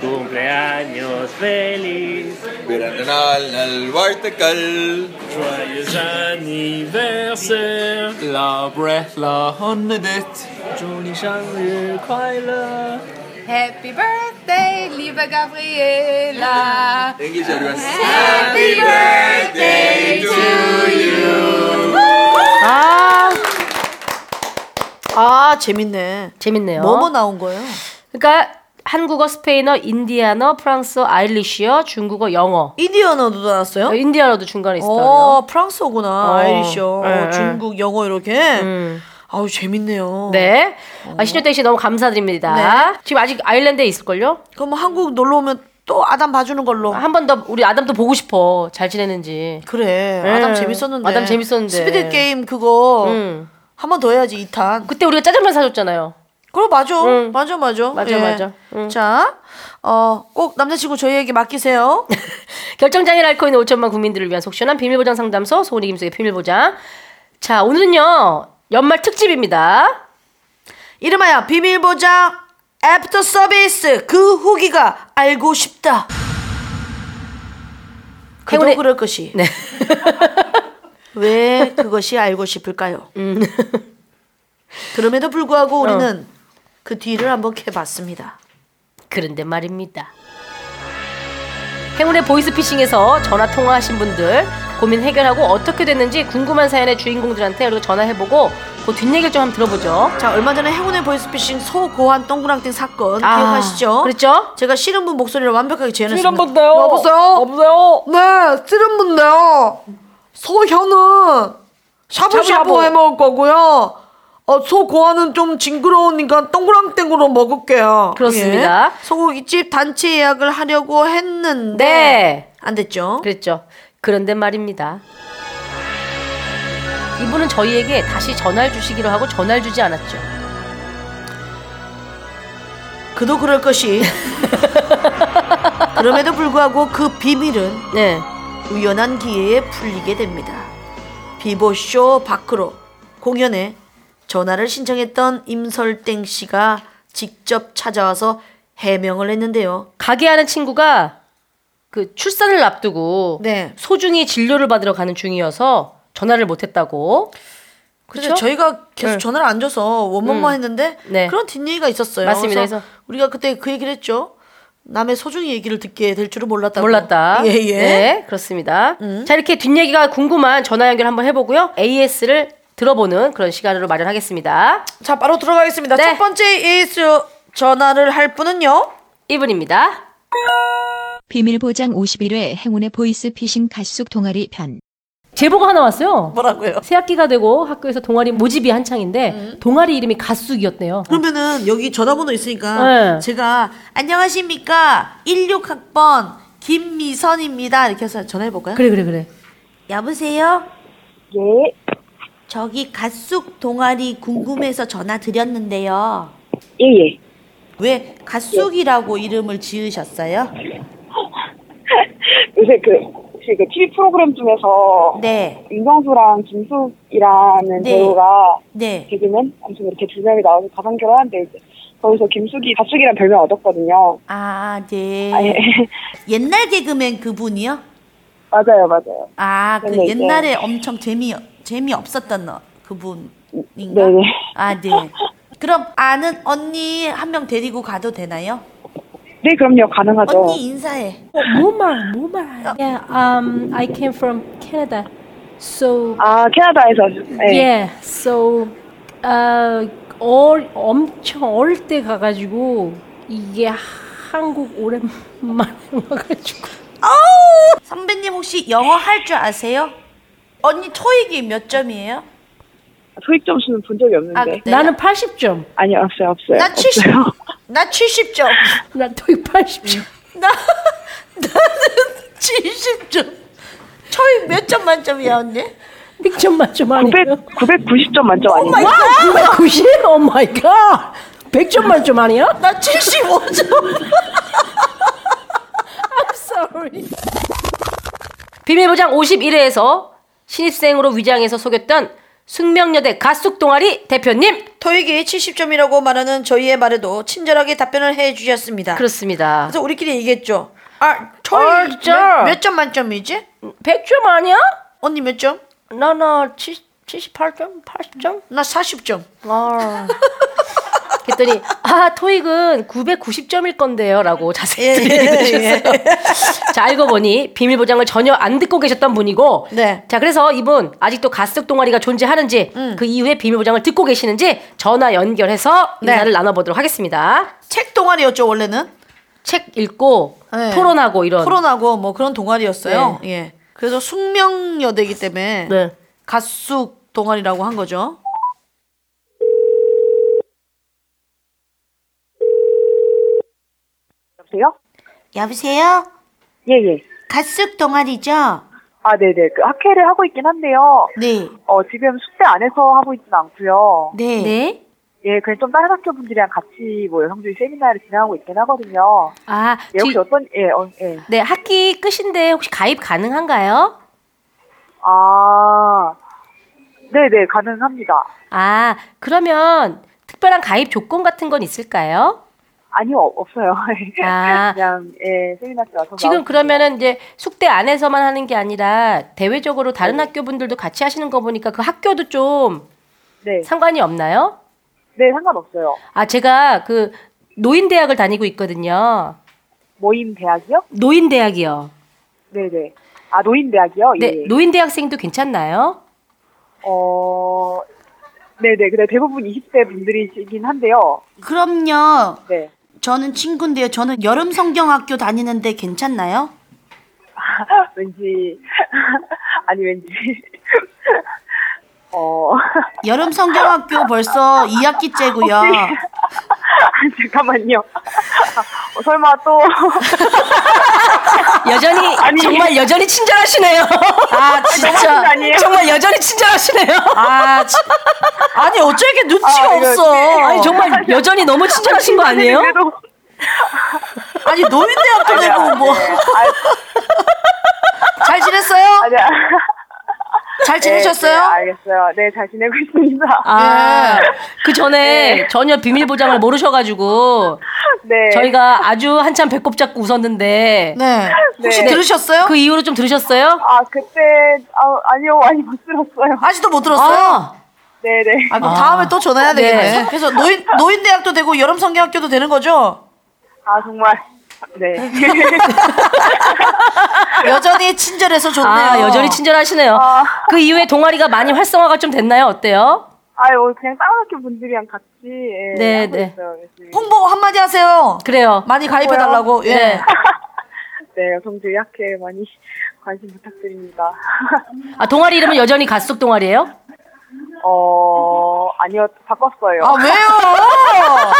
I: Cumpleaños feliz,
H: Verano al Vartical.
I: joyeux anniversaire,
H: La breath la honnedet.
I: 祝你生日快乐。
J: Happy Birthday, liebe Gabriela.
H: English everyone.
J: Happy Birthday to
C: 아,
D: 아 재밌네.
C: 재밌네요.
D: 뭐뭐 나온 거예요?
C: 그러니까 한국어, 스페인어, 인디아너, 프랑스어, 아일리시어, 중국어, 영어.
D: 인디언어도 나왔어요?
C: 인디아너도 중간에 네, 있어요.
D: 어 프랑스어구나 아이리셔
C: 예, 예.
D: 중국 영어 이렇게 아우 재밌네요.
C: 네. 아, 신효땡 씨 너무 감사드립니다.
D: 네.
C: 지금 아직 아일랜드에 있을걸요?
D: 그럼 뭐 한국 놀러 오면 또 아담 봐주는 걸로.
C: 한 번 더 우리 아담도 보고 싶어. 잘 지내는지.
D: 그래.
C: 네.
D: 아담 재밌었는데.
C: 아담 재밌었는데.
D: 스피드 게임 그거
C: 음.
D: 한 번 더 해야지 2탄.
C: 그때 우리가 짜장면 사줬잖아요.
D: 그럼 맞아.
C: 응.
D: 맞아 맞아.
C: 음.
D: 예.
C: 맞아, 맞아. 음. 응.
D: 자, 어, 꼭 남자친구 저희에게
C: [LAUGHS]
D: 맡기세요.
C: 결정장애를 앓고 있는 5천만 국민들을 위한 속 시원한 비밀보장 상담소 소은이 김숙의 비밀보장. 자 오늘은요 연말 특집입니다.
D: 이름하여 비밀보장 애프터 서비스 그 후기가 알고 싶다. 그도
C: 행운의-
D: 그럴 것이.
C: 네.
D: [LAUGHS] 왜 그것이 알고 싶을까요?
C: 음.
D: [LAUGHS] 그럼에도
C: 어.
D: 불구하고 우리는 그 뒤를 한번 캐봤습니다.
C: 그런데 말입니다. 행운의 보이스피싱에서 전화 통화하신 분들 고민 해결하고 어떻게 됐는지 궁금한 사연의 주인공들한테 우리가 전화해보고 그 뒷얘기를 좀 한번 들어보죠.
D: 자, 얼마 전에 행운의 보이스피싱 소고한 동그랑땡 사건
C: 아, 그렇죠?
D: 기억하시죠?
C: 그랬죠?
D: 제가 싫은 분 목소리를 완벽하게 재현했습니다.
I: 분데요.
D: 여보세요?
I: 여보세요.
D: 네, 싫은 분데요. 소현은 샤브샤브
I: 샤브샤브.
D: 해 먹을 거고요. 어, 소고아는 좀 징그러우니까 동그랑땡으로 먹을게요.
C: 그렇습니다.
D: 예. 소고기집 단체 예약을 하려고 했는데
C: 네.
D: 안 됐죠.
C: 그랬죠. 그런데 말입니다. 이분은 저희에게 다시 전화를 주시기로 하고 전화를 주지 않았죠.
D: 그도 그럴
C: [LAUGHS]
D: 것이. 그럼에도 불구하고 그 비밀은
C: 네.
D: 우연한 기회에 풀리게 됩니다. 비보쇼 밖으로 공연에 전화를 신청했던 임설땡 씨가 직접 찾아와서 해명을 했는데요.
C: 가게 하는 친구가 그 출산을 앞두고
D: 네.
C: 소중히 진료를 받으러 가는 중이어서 전화를 못 했다고.
D: 그래서 저희가 계속
C: 네.
D: 전화를 안 줘서 원망만
C: 음.
D: 했는데
C: 네.
D: 그런 뒷얘기가 있었어요.
C: 맞습니다. 그래서
D: 우리가 그때 그 얘기를 했죠. 남의 소중히 얘기를 듣게 될 줄은 몰랐다고.
C: 몰랐다.
D: 예, 음. 예.
C: 네, 그렇습니다. 자, 이렇게 뒷얘기가 궁금한 전화 연결 한번 해보고요. AS를 들어보는 그런 시간으로 마련하겠습니다.
D: 자, 바로 들어가겠습니다.
C: 네.
D: 첫 번째 이슈 전화를 할 분은요.
C: 이분입니다.
K: 비밀보장 51회 행운의 보이스피싱 가시숙 동아리 편.
L: 제보가 하나 왔어요.
D: 뭐라고요?
L: 새학기가 되고 학교에서 동아리 모집이 한창인데 동아리 이름이 가쑥이었대요.
D: 그러면은 여기 전화번호 있으니까
L: 어. 네.
D: 제가 안녕하십니까 16학번 김미선입니다 이렇게 해서 전화해 볼까요?
L: 그래 그래 그래.
D: 여보세요.
M: 예.
D: 저기 갓쑥 동아리 궁금해서 전화 드렸는데요.
M: 예예.
D: 왜 갓쑥이라고 이름을 지으셨어요?
M: 요새 그, 혹시 그 TV 프로그램 중에서
D: 네.
M: 윤정수랑
D: 네.
M: 김숙이라는 배우가
D: 네.
M: 개그맨 아무튼 이렇게 두 명이 나와서 가상결혼 하는데 이제 거기서 김숙이 가숙이란 별명 얻었거든요.
D: 아, 네.
M: 아, 예.
D: 옛날 개그맨 그분이요?
M: [LAUGHS] 맞아요, 맞아요.
D: 아, 그
M: 근데 이제-
D: 옛날에 엄청 재미 재미 없었던 그분인가?
M: 네네.
D: 아, 네. 그럼 아는 언니 한 명 데리고 가도 되나요?
M: 네, 그럼요, 가능하죠.
D: 언니 인사해.
L: 뭐말 뭐말. Yeah, um, I came from Canada. So
M: 아, 캐나다에서. 네.
D: 예.
L: yeah, so uh, 얼 엄청 어릴 때 가가지고 이게 한국 오랜만에 와가지고
D: 선배님 혹시 영어 할 줄 아세요? 언니 토익이 몇 점이에요?
M: 소익 점수는 본 적이 없는데.
D: 아, 네.
L: 나는 80점.
M: 아니, 없어요, 없어요.
D: 나 70. [LAUGHS]
M: 없어요.
D: 나 70점. [LAUGHS]
L: 나 토익 80점.
D: 나 나는 70점. 토익 몇 점 만점이야, 언니?
L: 100점 만점
M: 900,
L: 아니에요?
M: 990점 만점 아니에요?
L: 와, 990? 오 마이 갓. 100점 만점 아니야?
D: 나 75점. [LAUGHS]
L: Sorry.
C: 비밀보장 51회에서 신입생으로 위장해서 속였던 숙명여대 가숙 동아리 대표님.
D: 토익이 70점이라고 말하는 저희의 말에도 친절하게 답변을 해 주셨습니다.
C: 그렇습니다.
D: 그래서 우리끼리 얘기했죠. 아,
C: 아,
D: 토익
C: 진짜.
D: 몇 점 만점이지?
C: 100점 아니야? 아,
D: 언니 몇 점?
C: 나나 78점? 80점?
D: 나 40점.
C: 아. 그랬더니 아 토익은 990점일 건데요라고 자세히
D: 예,
C: 얘기해
D: 예, 예.
C: 주셨어요. 자 알고 보니 비밀 보장을 전혀 안 듣고 계셨던 분이고
D: 네.
C: 자 그래서 이분 아직도 가스적 동아리가 존재하는지 그 이후에 비밀 보장을 듣고 계시는지 전화 연결해서
D: 네.
C: 인사를 나눠보도록 하겠습니다.
D: 책 동아리였죠, 원래는?
C: 책 읽고
D: 네.
C: 토론하고 이런
D: 토론하고 뭐 그런 동아리였어요. 예. 그래서 숙명여대이기 때문에
C: 네.
D: 가숙 동아리라고 한 거죠.
M: 여보세요?
N: 여보세요?
M: 예예.
N: 가숙 동아리죠?
M: 아, 네네. 그 학회를 하고 있긴 한데요.
N: 네.
M: 어, 지금 숙대 안에서 하고 있진 않고요.
N: 네.
C: 네.
M: 예, 그냥 좀 다른 학교 분들이랑 같이 뭐 여성주의 세미나를 진행하고 있긴 하거든요.
C: 아,
M: 예, 혹시 어떤, 예, 어, 예.
C: 네, 학기 끝인데 혹시 가입 가능한가요?
M: 아, 네네, 가능합니다.
C: 아, 그러면 특별한 가입 조건 같은 건 있을까요?
M: 아니요, 없- 없어요. [LAUGHS]
C: 아.
M: 그냥, 예, 세미나 때 와서.
C: 지금
M: 나오-
C: 그러면은 이제 숙대 안에서만 하는 게 아니라 대외적으로 다른 학교 분들도 같이 하시는 거 보니까 그 학교도 좀 상관이 없나요?
M: 네, 상관없어요.
C: 아, 제가 그 노인대학을 다니고 있거든요.
M: 모임 대학이요?
C: 노인대학이요.
M: 네네. 아, 노인대학이요?
C: 네,
M: 예.
C: 노인대학생도 괜찮나요?
M: 어, 네네. 근데 대부분 20대 분들이시긴 한데요.
N: 그럼요.
M: 네.
N: 저는 친구인데요. 저는 여름 성경학교 다니는데 괜찮나요?
M: 왠지, [LAUGHS] 아니, 왠지. 어. [LAUGHS]
N: 여름 성경학교 벌써 2학기째고요.
M: 혹시- 잠깐만요. 어, 설마 또.
C: 여전히
M: 아니.
C: 정말 여전히 친절하시네요.
D: 아 진짜
C: 너무하신 거 아니에요? [LAUGHS] 정말 여전히 친절하시네요.
D: 아 진- 아니 어째 이렇게 눈치가
C: 아, 이거-
D: 없어.
C: 아니,
D: [LAUGHS]
C: 정말 여전히 너무 친절하신 거 [LAUGHS]
M: [LAUGHS]
C: 아니에요?
D: 아니 노인대학교 되고 뭐. [LAUGHS] 잘 지냈어요?
C: 아, 네,
D: 잘 지내셨어요?
M: 네, 네, 알겠어요. 네, 잘 지내고 있습니다.
D: 네.
C: 아, 그 전에 전혀 비밀 보장을 모르셔가지고
M: 네.
C: 저희가 아주 한참 배꼽 잡고 웃었는데
M: 네. 혹시
D: 들으셨어요?
C: 그 이후로 좀 들으셨어요?
M: 아, 그때, 아, 아니요, 많이 못 들었어요.
D: 아직도 못 들었어요?
C: 아.
M: 네네.
D: 아, 그럼 다음에 또 전화해야 되겠네. 그래서 노인 노인대학도 되고 여름 성경학교도 되는 거죠?
M: 아 정말.
C: [LAUGHS]
M: 네.
D: 여전히 친절해서 좋네요. 아.
C: 아, 여전히 친절하시네요. 그 이후에 동아리가 많이 활성화가 좀 됐나요? 어때요?
M: 아유, 그냥 다른 학교 분들이랑 같이. 예,
C: 네,
M: 하고
C: 네.
M: 있어요, 열심히.
D: 홍보 한마디 하세요.
C: 그래요.
D: 많이 가입해 달라고. 예.
C: 네.
M: 네, 여성들 약해 많이 관심 부탁드립니다. [LAUGHS]
C: 아, 동아리 이름은 여전히 가숙 동아리예요?
M: 어, 아니요, 바꿨어요.
D: 아 왜요? 아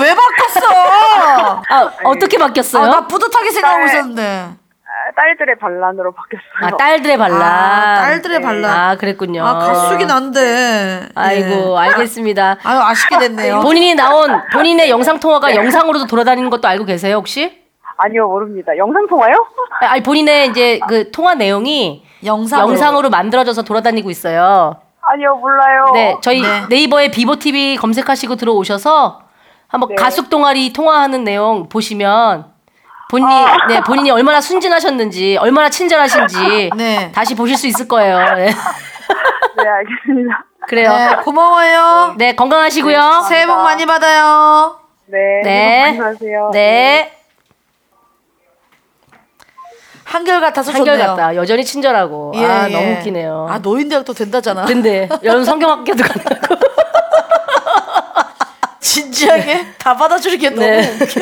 D: 왜 바꿨어?
C: 아, 어떻게 바뀌었어요?
D: 아, 나 뿌듯하게 생각하고
M: 딸-
C: 네.
D: 있었는데.
M: 아, 딸들의 반란으로 바뀌었어요.
C: 아, 딸들의 반란.
D: 아, 딸들의
C: 네.
D: 반란.
C: 아, 그랬군요.
D: 아 가수긴 네. 한데. 예.
C: 아이고, 알겠습니다.
D: 아유 아쉽게 됐네요.
C: 본인이 나온 본인의 영상 통화가 영상으로도 돌아다니는 것도 알고 계세요, 혹시?
M: 아니요, 모릅니다. 영상 통화요? [LAUGHS]
C: 아니, 본인의 이제 그 통화 내용이
D: 영상으로.
C: 영상으로 만들어져서 돌아다니고 있어요.
M: 아니요, 몰라요. [LAUGHS]
C: 네, 저희 네. 이버에 비보 TV 검색하시고 들어오셔서 한번 가숙 동아리 통화하는 내용 보시면 본인이 네, 본인이 얼마나 순진하셨는지, 얼마나 친절하신지
D: 네.
C: 다시 보실 수 있을 거예요. 네.
M: 네, 알겠습니다.
C: 그래요.
D: 네, 고마워요.
C: 네, 건강하시고요.
D: 새해 복 많이 받아요.
M: 네.
C: 네.
M: 행복 많이 하세요.
C: 네.
D: 한결 같아서
C: 한결같다. 여전히 친절하고.
D: 좋네요.
C: 아,
D: 예,
C: 너무
D: 예.
C: 웃기네요.
D: 아 노인대학도 된다잖아.
C: 근데 여러분 성경학교도 간다고.
D: [LAUGHS] 진지하게 다 받아주는 게 너무
C: 네.
D: 웃겨.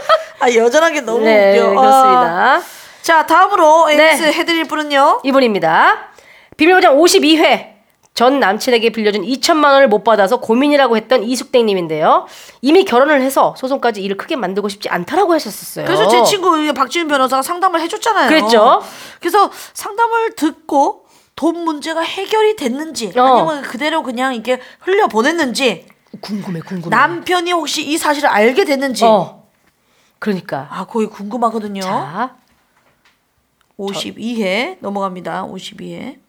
D: [LAUGHS] 아 여전한 게 너무
C: 네,
D: 웃겨.
C: 그렇습니다. 네.
D: 아. 자 다음으로 엑스 해드릴 분은요.
C: 이분입니다. 비밀보장 52회. 전 남친에게 빌려준 2천만 원을 못 받아서 고민이라고 했던 이숙땡님인데요. 이미 결혼을 해서 소송까지 일을 크게 만들고 싶지 않다라고 네. 하셨었어요.
D: 그래서 제 친구 이 박지윤 변호사가 상담을 해줬잖아요.
C: 그랬죠.
D: 그래서 상담을 듣고 돈 문제가 해결이 됐는지
C: 어.
D: 아니면 그대로 그냥 이렇게 흘려 보냈는지
C: 궁금해 궁금해.
D: 남편이 혹시 이 사실을 알게 됐는지
C: 어. 그러니까.
D: 아 거의 궁금하거든요.
C: 자.
D: 52회 넘어갑니다. 52회.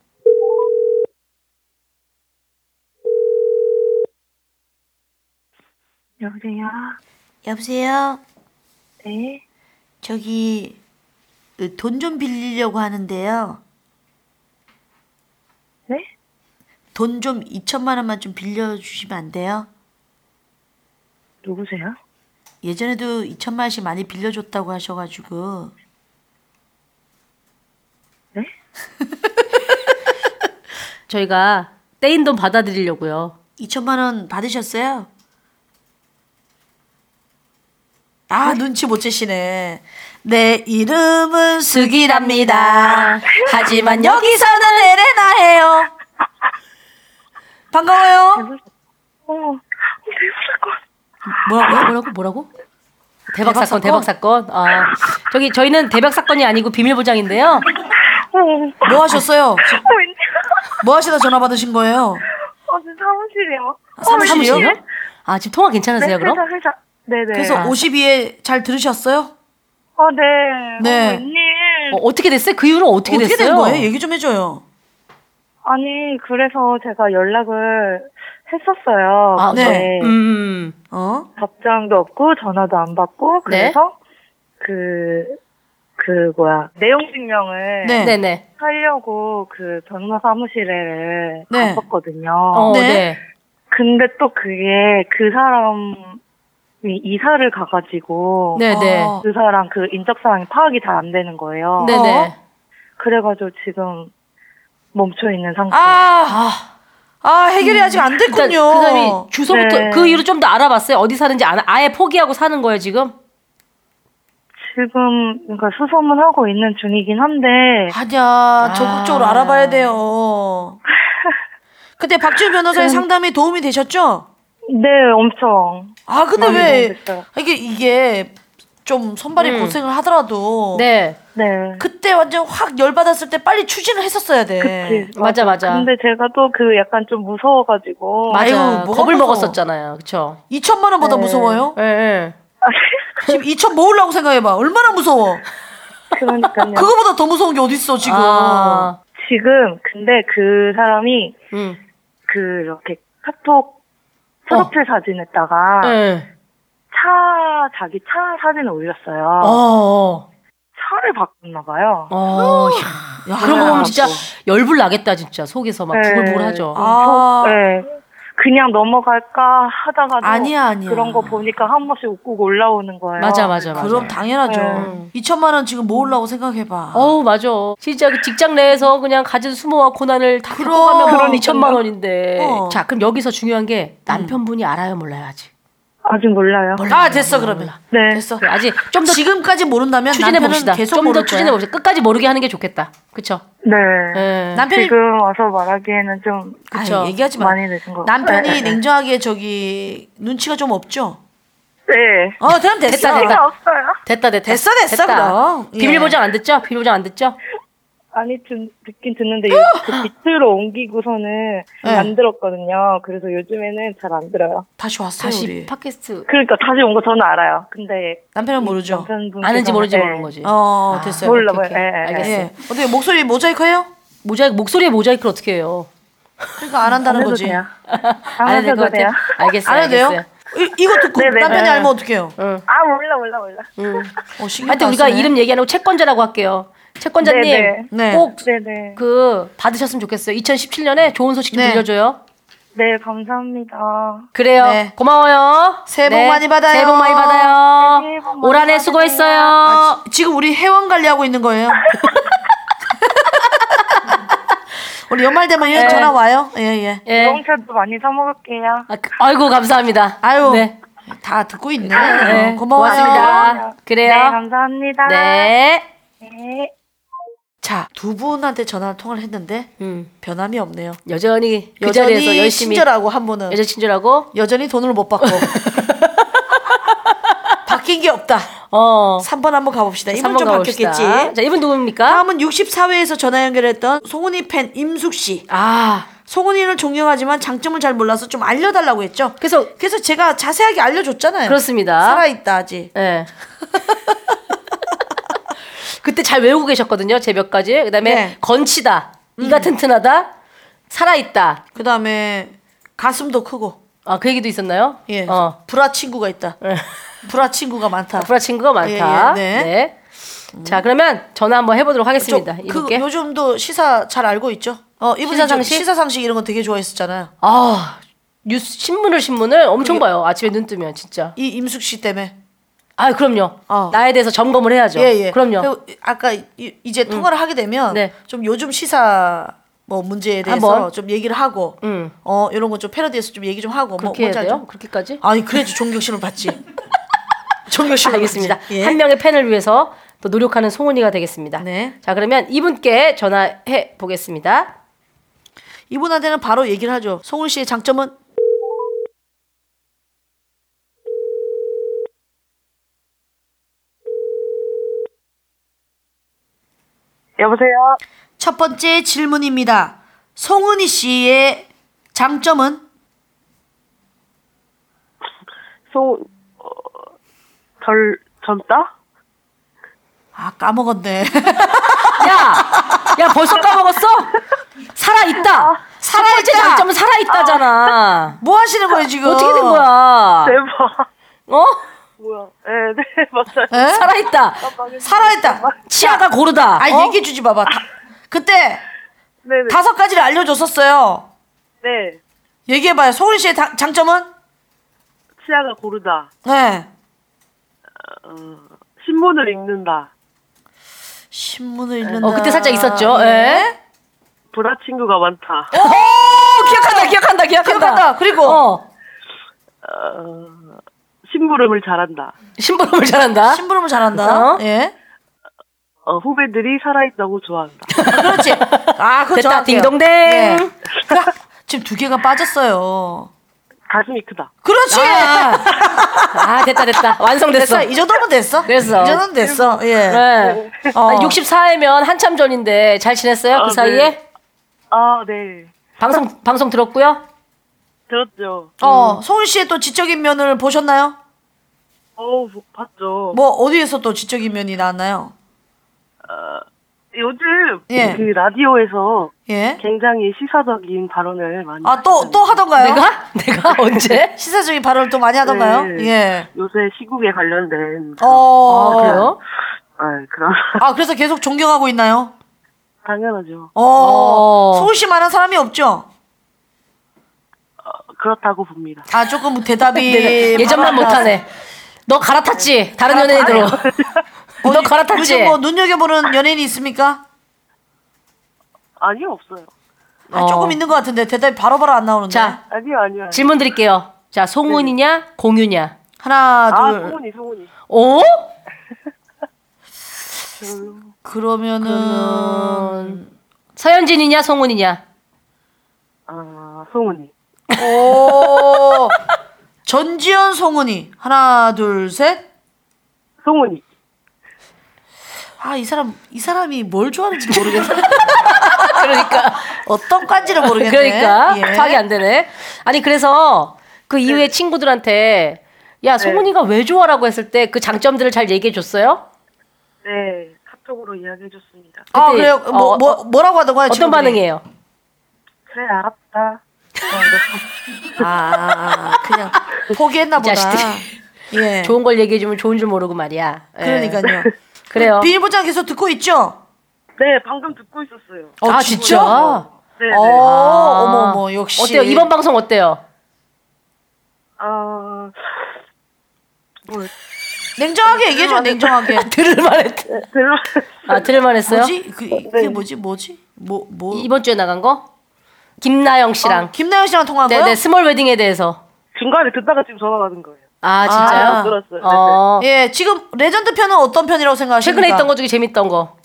M: 여보세요.
N: 여보세요?
M: 네.
N: 저기 그 돈 좀 빌리려고 하는데요.
M: 네?
N: 돈 좀 2천만 원만 좀 빌려주시면 안 돼요?
M: 누구세요?
N: 예전에도 2천만 원씩 많이 빌려줬다고 하셔가지고.
C: 저희가 떼인 돈 받아드리려고요.
N: 2천만 원 받으셨어요?
D: 아 눈치 못 채시네. 내 이름은 숙이랍니다. 하지만 여기서는 에레나 해요. 반가워요.
M: 어,
C: 뭐라고? 뭐라고? 뭐라고? 대박 사건, 대박 사건. 아, 저기 저희는 대박 사건이 아니고 비밀 보장인데요.
M: 어,
D: 뭐 하셨어요? 뭐 하시다 전화 받으신 거예요?
M: 어, 지금 사무실이요.
D: 아, 사무실이요?
C: 아, 지금 통화 괜찮으세요,
M: 네, 회사, 회사. 네네.
D: 그래서 52회 잘 들으셨어요?
M: 어, 네.
D: 네.
M: 어, 웬일.
C: 어, 떻게 됐어요? 그 이후로 어떻게,
D: 어떻게 된
C: 됐어요?
D: 거예요? 얘기 좀 해줘요.
M: 아니, 그래서 제가 연락을 했었어요.
D: 아,
M: 근데
D: 네. 음. 어?
M: 답장도 없고, 전화도 안 받고,
D: 네.
M: 그래서 그, 그, 뭐야, 내용 증명을
O: 네. 네네.
M: 하려고 그 변호사 사무실에
O: 네.
M: 갔었거든요.
O: 어, 네. 네.
M: 근데 또 그게 그 사람이 이사를 가가지고
O: 네네.
M: 어, 그 사람 그 인적 사항이 파악이 잘 안 되는 거예요.
O: 네네.
M: 어? 그래가지고 지금 멈춰 있는 상태.
D: 아,
C: 아,
D: 해결이 아직 안 됐군요.
M: 그러니까
C: 그 사람이 주소부터
M: 네.
C: 그 이후로 좀 더 알아봤어요. 어디 사는지 안- 아예 포기하고 사는 거예요, 지금?
M: 지금 그러니까 수소문 하고 있는 중이긴 한데.
D: 아니야 적극적으로 알아봐야 돼요. 그때 박지우 변호사의
M: 음.
D: 상담이 도움이 되셨죠?
M: 네, 엄청.
D: 아, 근데
M: 많이
D: 왜
M: 음, 도움됐어요.
D: 이게 이게 좀 손발이
M: 음.
D: 고생을 하더라도
C: 네.
M: 네.
D: 그때 완전 확 열받았을 때 빨리 추진을 했었어야 돼.
M: 그치. 근데 제가 또 그 약간 좀 무서워가지고.
C: 맞아. 겁을 먹었었잖아요. 그쵸?
D: 2천만 원보다
M: 네.
D: 무서워요?
C: 예, 예.
D: 지금 2천 모으려고 생각해봐. 얼마나
M: 네.
D: 무서워.
M: [LAUGHS] 그러니까요.
D: 그거보다 더 무서운 게 어딨어 지금.
M: 아. 지금 근데 그 사람이
C: 음.
M: 그 이렇게 카톡 프로필
D: 어.
M: 사진에다가
C: 예.
O: 네.
M: 차 자기 차 사진을 올렸어요.
C: 어.
M: 차를 바꿨나 봐요.
C: 어, 야, 그런
M: 아.
C: 거 보면 진짜 열불 나겠다, 진짜. 속에서 막
M: 네.
C: 부글부글 하죠.
M: 아. 네. 그냥 넘어갈까 하다가도
D: 아니야, 아니야.
M: 그런 거 보니까 한 번씩 웃고 올라오는 거예요.
D: 그럼 당연하죠.
M: 네.
D: 2천만 원 지금 모으려고 생각해봐.
C: 어우, 맞아. 진짜 그 직장 내에서 그냥 가진 수모와 고난을 다
D: 그럼.
C: 겪고 가면
D: 그러니까요.
C: 2천만 원인데.
D: 어. 음.
C: 자, 그럼 여기서 중요한 게 남편분이 알아요, 몰라요, 아직?
M: 아직 몰라요.
D: 아 됐어 그러면.
M: 네.
D: 됐어.
C: 아직 좀 더
D: 지금까지 모른다면
C: 추진해 봅시다.
D: 남편은 계속
C: 좀 더
D: 모를
C: 추진해 봅시다. 끝까지 모르게 하는 게 좋겠다. 그쵸? 예.
M: 네.
D: 남편이-
M: 지금 와서 말하기에는 좀
D: 그쵸. 아유, 얘기하지 마.
M: 많이 늦은 것 같아요.
D: 남편이
M: 네, 네.
D: 냉정하게 저기 눈치가 좀 없죠.
M: 네.
D: 어, 그럼 됐어.
C: 됐다, 됐다. 됐다, 됐다.
D: 됐어, 됐어, 그럼. 예.
C: 비밀 보장 안 듣죠? 비밀 보장 안 듣죠?
M: 아니 듣, 듣긴 듣는데
C: [LAUGHS]
M: 요- 그 비트로 옮기고서는
C: 네.
M: 안 들었거든요. 그래서 요즘에는 잘 안 들어요.
D: 다시 왔어요,
C: 다시
D: 우리.
C: 팟캐스트.
M: 그러니까 다시 온 거 저는 알아요. 근데 네.
D: 남편은 모르죠.
M: 남편분
C: 아는지 모르는지 모르는 거지.
D: 어,
C: 아,
D: 됐어요.
C: 몰라,
D: 오케이, 오케이.
C: 예, 예, 알겠어요.
D: 예. 어떻게 목소리 모자이크해요?
C: 모자이크 목소리에 모자이크를 어떻게 해요?
D: 그러니까 안 한다는
C: 안 해도
D: 거지.
C: 돼요.
D: 안
C: 해도 될것 돼요. 같아요. 알겠어요,
D: 안 해도 돼요?
C: 알겠어요.
D: 이, 이거 듣고
C: 네네.
D: 남편이
C: 네.
D: 알면 어떡해요?
M: 아 몰라 몰라 몰라.
C: 음.
D: 어, 신경
C: 하여튼
D: 안
C: 우리가
D: 쓰네.
C: 이름 얘기 안 하고 채권자라고 할게요. 채권자님
M: 네, 네.
C: 꼭
M: 네, 네.
C: 그 받으셨으면 좋겠어요. 2017년에 좋은 소식 좀
M: 네.
C: 들려줘요.
M: 네 감사합니다.
C: 그래요. 고마워요.
D: 네. 새해 복
C: 네.
D: 많이 받아요.
C: 새해 복 많이 받아요. 올 한 해 수고했어요.
D: 아, 지- 지금 우리 회원 관리하고 있는 거예요. [LAUGHS] 우리 연말 되면 이런
C: 네.
D: 전화 와요. 예, 예.
M: 우렁차도 많이 사 먹을게요.
C: 아이고 감사합니다.
D: 아유. 다 듣고 있네. 어,
C: 네.
D: 고마워요.
C: 고맙습니다. 그래요.
M: 네 감사합니다.
C: 네.
M: 네.
D: 자, 두 분한테 전화 통화를 했는데 변함이 없네요.
C: 음, 여전히 그 자리에서
D: 여전히
C: 열심히
D: 친절하고 한 분은
C: 여전히
D: [LAUGHS]
C: 친절하고
D: 여전히 돈을 못
C: [LAUGHS]
D: 받고 바뀐 게 없다.
C: 어.
D: 3번 한번 가봅시다. 이분
C: 한번
D: 좀
C: 가봅시다.
D: 바뀌었겠지.
C: 자, 이분 누구입니까?
D: 다음은 64회에서 전화 연결했던 송은이 팬 임숙 씨.
C: 아.
D: 송은이는 존경하지만 장점을 잘 몰라서 좀 알려달라고 했죠.
C: 그래서
D: 그래서 제가 자세하게 알려줬잖아요.
C: 그렇습니다.
D: 살아있다 아직.
C: 예. 그때 잘 외우고 계셨거든요. 제몇까지. 그다음에
D: 네. 음.
C: 건치다. 이가 튼튼하다. 살아있다.
D: 그다음에 가슴도 크고.
C: 아, 그 얘기도 있었나요?
D: 예.
C: 어.
D: 불화 친구가 있다. 불화 친구가 많다.
C: 불화 친구가 많다.
D: 예, 예, 네.
C: 자, 그러면 전화 한번 해보도록 하겠습니다.
D: 좀 그,
C: 이분께.
D: 요즘도 시사 잘 알고 있죠? 어, 이분이
C: 시사
D: 좀
C: 상식?
D: 시사 상식 이런 거 되게 좋아했었잖아요.
C: 아, 뉴스 신문을 신문을 엄청 봐요. 아침에 눈 뜨면 진짜.
D: 이 임숙 씨 때문에.
C: 아, 그럼요. 나에 대해서 점검을 해야죠.
D: 어. 예, 예.
C: 그럼요. 음. 네.
D: 그리고 아까 이, 이제 통화를 하게 되면 좀 요즘 시사 뭐 문제에 대해서
C: 한번.
D: 좀 얘기를 하고
C: 음.
D: 어 이런 거 좀 패러디해서 좀 얘기 좀 하고 뭐,
C: 그렇게 해야
D: 어, 뭔지
C: 돼요?
D: 알죠?
C: 그렇게까지?
D: 아니 그래야지 존경심을
C: [LAUGHS]
D: 받지. 존경심을
C: 알겠습니다.
D: 받지. 예. 네.
C: 한 명의 팬을 위해서 또 노력하는 송은이가 되겠습니다. 자, 그러면 이분께 전화해 보겠습니다.
D: 이분한테는 바로 얘기를 하죠. 송은 씨의 장점은
M: 여보세요.
D: 첫 번째 질문입니다. 송은희 씨의 장점은
M: 송, 덜, 젊다?
D: 아 까먹었네. [LAUGHS]
C: 야, 야 벌써 까먹었어? 살아 있다. 살아 번째
D: 있다.
C: 장점은 살아 있다잖아.
D: 뭐 하시는 거예요 지금?
C: 어떻게 된 거야?
M: 대박. [LAUGHS]
C: 어?
M: 뭐야? 네, 네, 맞아요.
C: 살아 있다.
D: 살아 있다.
C: 치아가 어? 고르다.
D: 아
C: 어?
D: 얘기해 주지 봐봐. 다- 그때
M: 네네.
D: 다섯 가지를 알려줬었어요.
M: 네.
D: 얘기해봐요. 송은희 씨의 다- 장점은?
M: 치아가 고르다.
D: 네.
M: 신문을 읽는다.
D: 신문을 읽는다.
C: 어 그때 살짝 있었죠. 예.
M: 보다 친구가 많다.
D: 어,
C: 오 기억한다 기억한다 기억한다.
D: 기억한다. 그리고
C: 어.
M: 어, 심부름을 잘한다.
C: 심부름을 잘한다.
D: 심부름을 잘한다.
C: 어?
D: 예.
M: 어, 후배들이 살아있다고 좋아한다.
D: 그렇지. 아, 그거
C: 됐다.
D: 정확해요.
C: 딩동댕.
D: 예. 그, 지금 두 개가 빠졌어요.
M: 가슴이 크다.
D: 그렇지.
C: 아, 아 됐다 됐다 완성됐어.
D: 됐어. 이 정도면 됐어.
C: 됐어.
D: 이 정도면 됐어. 예.
C: 네.
D: 어.
C: 64회면 한참 전인데 잘 지냈어요?
M: 아,
C: 그
M: 네.
C: 사이에
M: 아, 네.
C: 방송 방송 들었고요.
M: 들었죠. 음.
C: 음.
D: 어, 송은 씨의 또 지적인 면을 보셨나요?
M: 어우, 봤죠.
D: 뭐 어디에서 또 지적인 면이 나왔나요?
M: 어, 요즘
D: 예.
M: 그 라디오에서
D: 예.
M: 굉장히 시사적인 발언을 많이
D: 아, 또 또 하던가요?
C: 내가 내가 언제?
D: 시사적인 발언을 또 많이 하던가요?
M: 네.
D: 예.
M: 요새 시국에 관련된
D: 어.
C: 아, 그래요?
M: 아, 그런
D: 아, 그래서 계속 존경하고 있나요?
M: [LAUGHS] 당연하죠.
D: 어.
C: 어.
D: 송은 씨만한 사람이 없죠?
M: 그렇다고 봅니다.
D: 아, 조금 대답이
C: [LAUGHS] 내가 예전만
D: 바람이
C: 못하네. 너 갈아탔지 다른 연예인으로. 너 갈아탔지.
D: 요즘 뭐 눈여겨보는 연예인이 있습니까?
M: 아니요, 없어요.
D: 아,
C: 어.
D: 조금 있는 것 같은데 대답이 바로바로 안 나오는데.
C: 자
M: 아니요, 아니요.
C: 질문 드릴게요. 자
D: 네.
C: 송은이냐 공유냐? 어?
D: 하나
M: 아,
D: 둘.
M: 송은이, 송은이.
C: 오?
D: 그러면은
C: 서현진이냐 송은이냐?
M: 아, 송은이.
D: 오 전지현 송은이 하나 둘 셋.
M: 송은이.
D: 아 이 사람 이 사람이 뭘 좋아하는지 모르겠네. [LAUGHS] 그러니까 어떤 건지를 모르겠네.
C: 그러니까
D: 예. 네.
C: 파악이 안 되네. 아니 그래서 그 이후에 친구들한테 야 송은이가 왜 좋아라고 했을 때 그 장점들을 잘 얘기해 줬어요?
M: 네, 카톡으로 이야기해줬습니다.
D: 아
C: 그때,
D: 그래요. 뭐
C: 어,
D: 뭐
C: 어,
D: 뭐라고 하던 거야?
C: 어떤
D: 친구들이?
C: 반응이에요?
M: 그래, 알았다.
D: 아 그냥 포기했나 보다.
C: 자식들이.
D: 예.
C: [LAUGHS] 좋은 걸 얘기해 주면 좋은 줄 모르고 말이야. 예.
D: 그러니까요.
C: 그래요.
D: 비밀보장 계속 듣고 있죠?
M: 네, 방금 듣고 있었어요.
D: 어,
C: 아
D: 진짜?
C: 진짜? 아.
M: 네,
D: 어,
M: 네.
D: 어머 어머 역시.
C: 어때요? 이번 방송 어때요?
D: [LAUGHS]
M: 아, 뭘,
D: 냉정하게 얘기해줘 냉정하게.
C: 들을만 했.
M: 별로.
C: 아 들을만 했어요?
D: 뭐지? 그, 그게 뭐지? 뭐지? 뭐 뭐?
C: 이번 주에 나간 거? 김나영 씨랑.
D: 아, 김나영 씨랑 통화한
C: 네,
D: 거요?
C: 네, 스몰 웨딩에 대해서.
M: [LAUGHS] 중간에 듣다가 지금 전화 받은 거예요.
C: 아, 진짜요?
D: 아,
M: 들었어요. 네,
C: 어,
D: 예, 지금 레전드 편은 어떤 편이라고 생각하십니까?
C: 최근에 있던 거 중에 재밌던 거.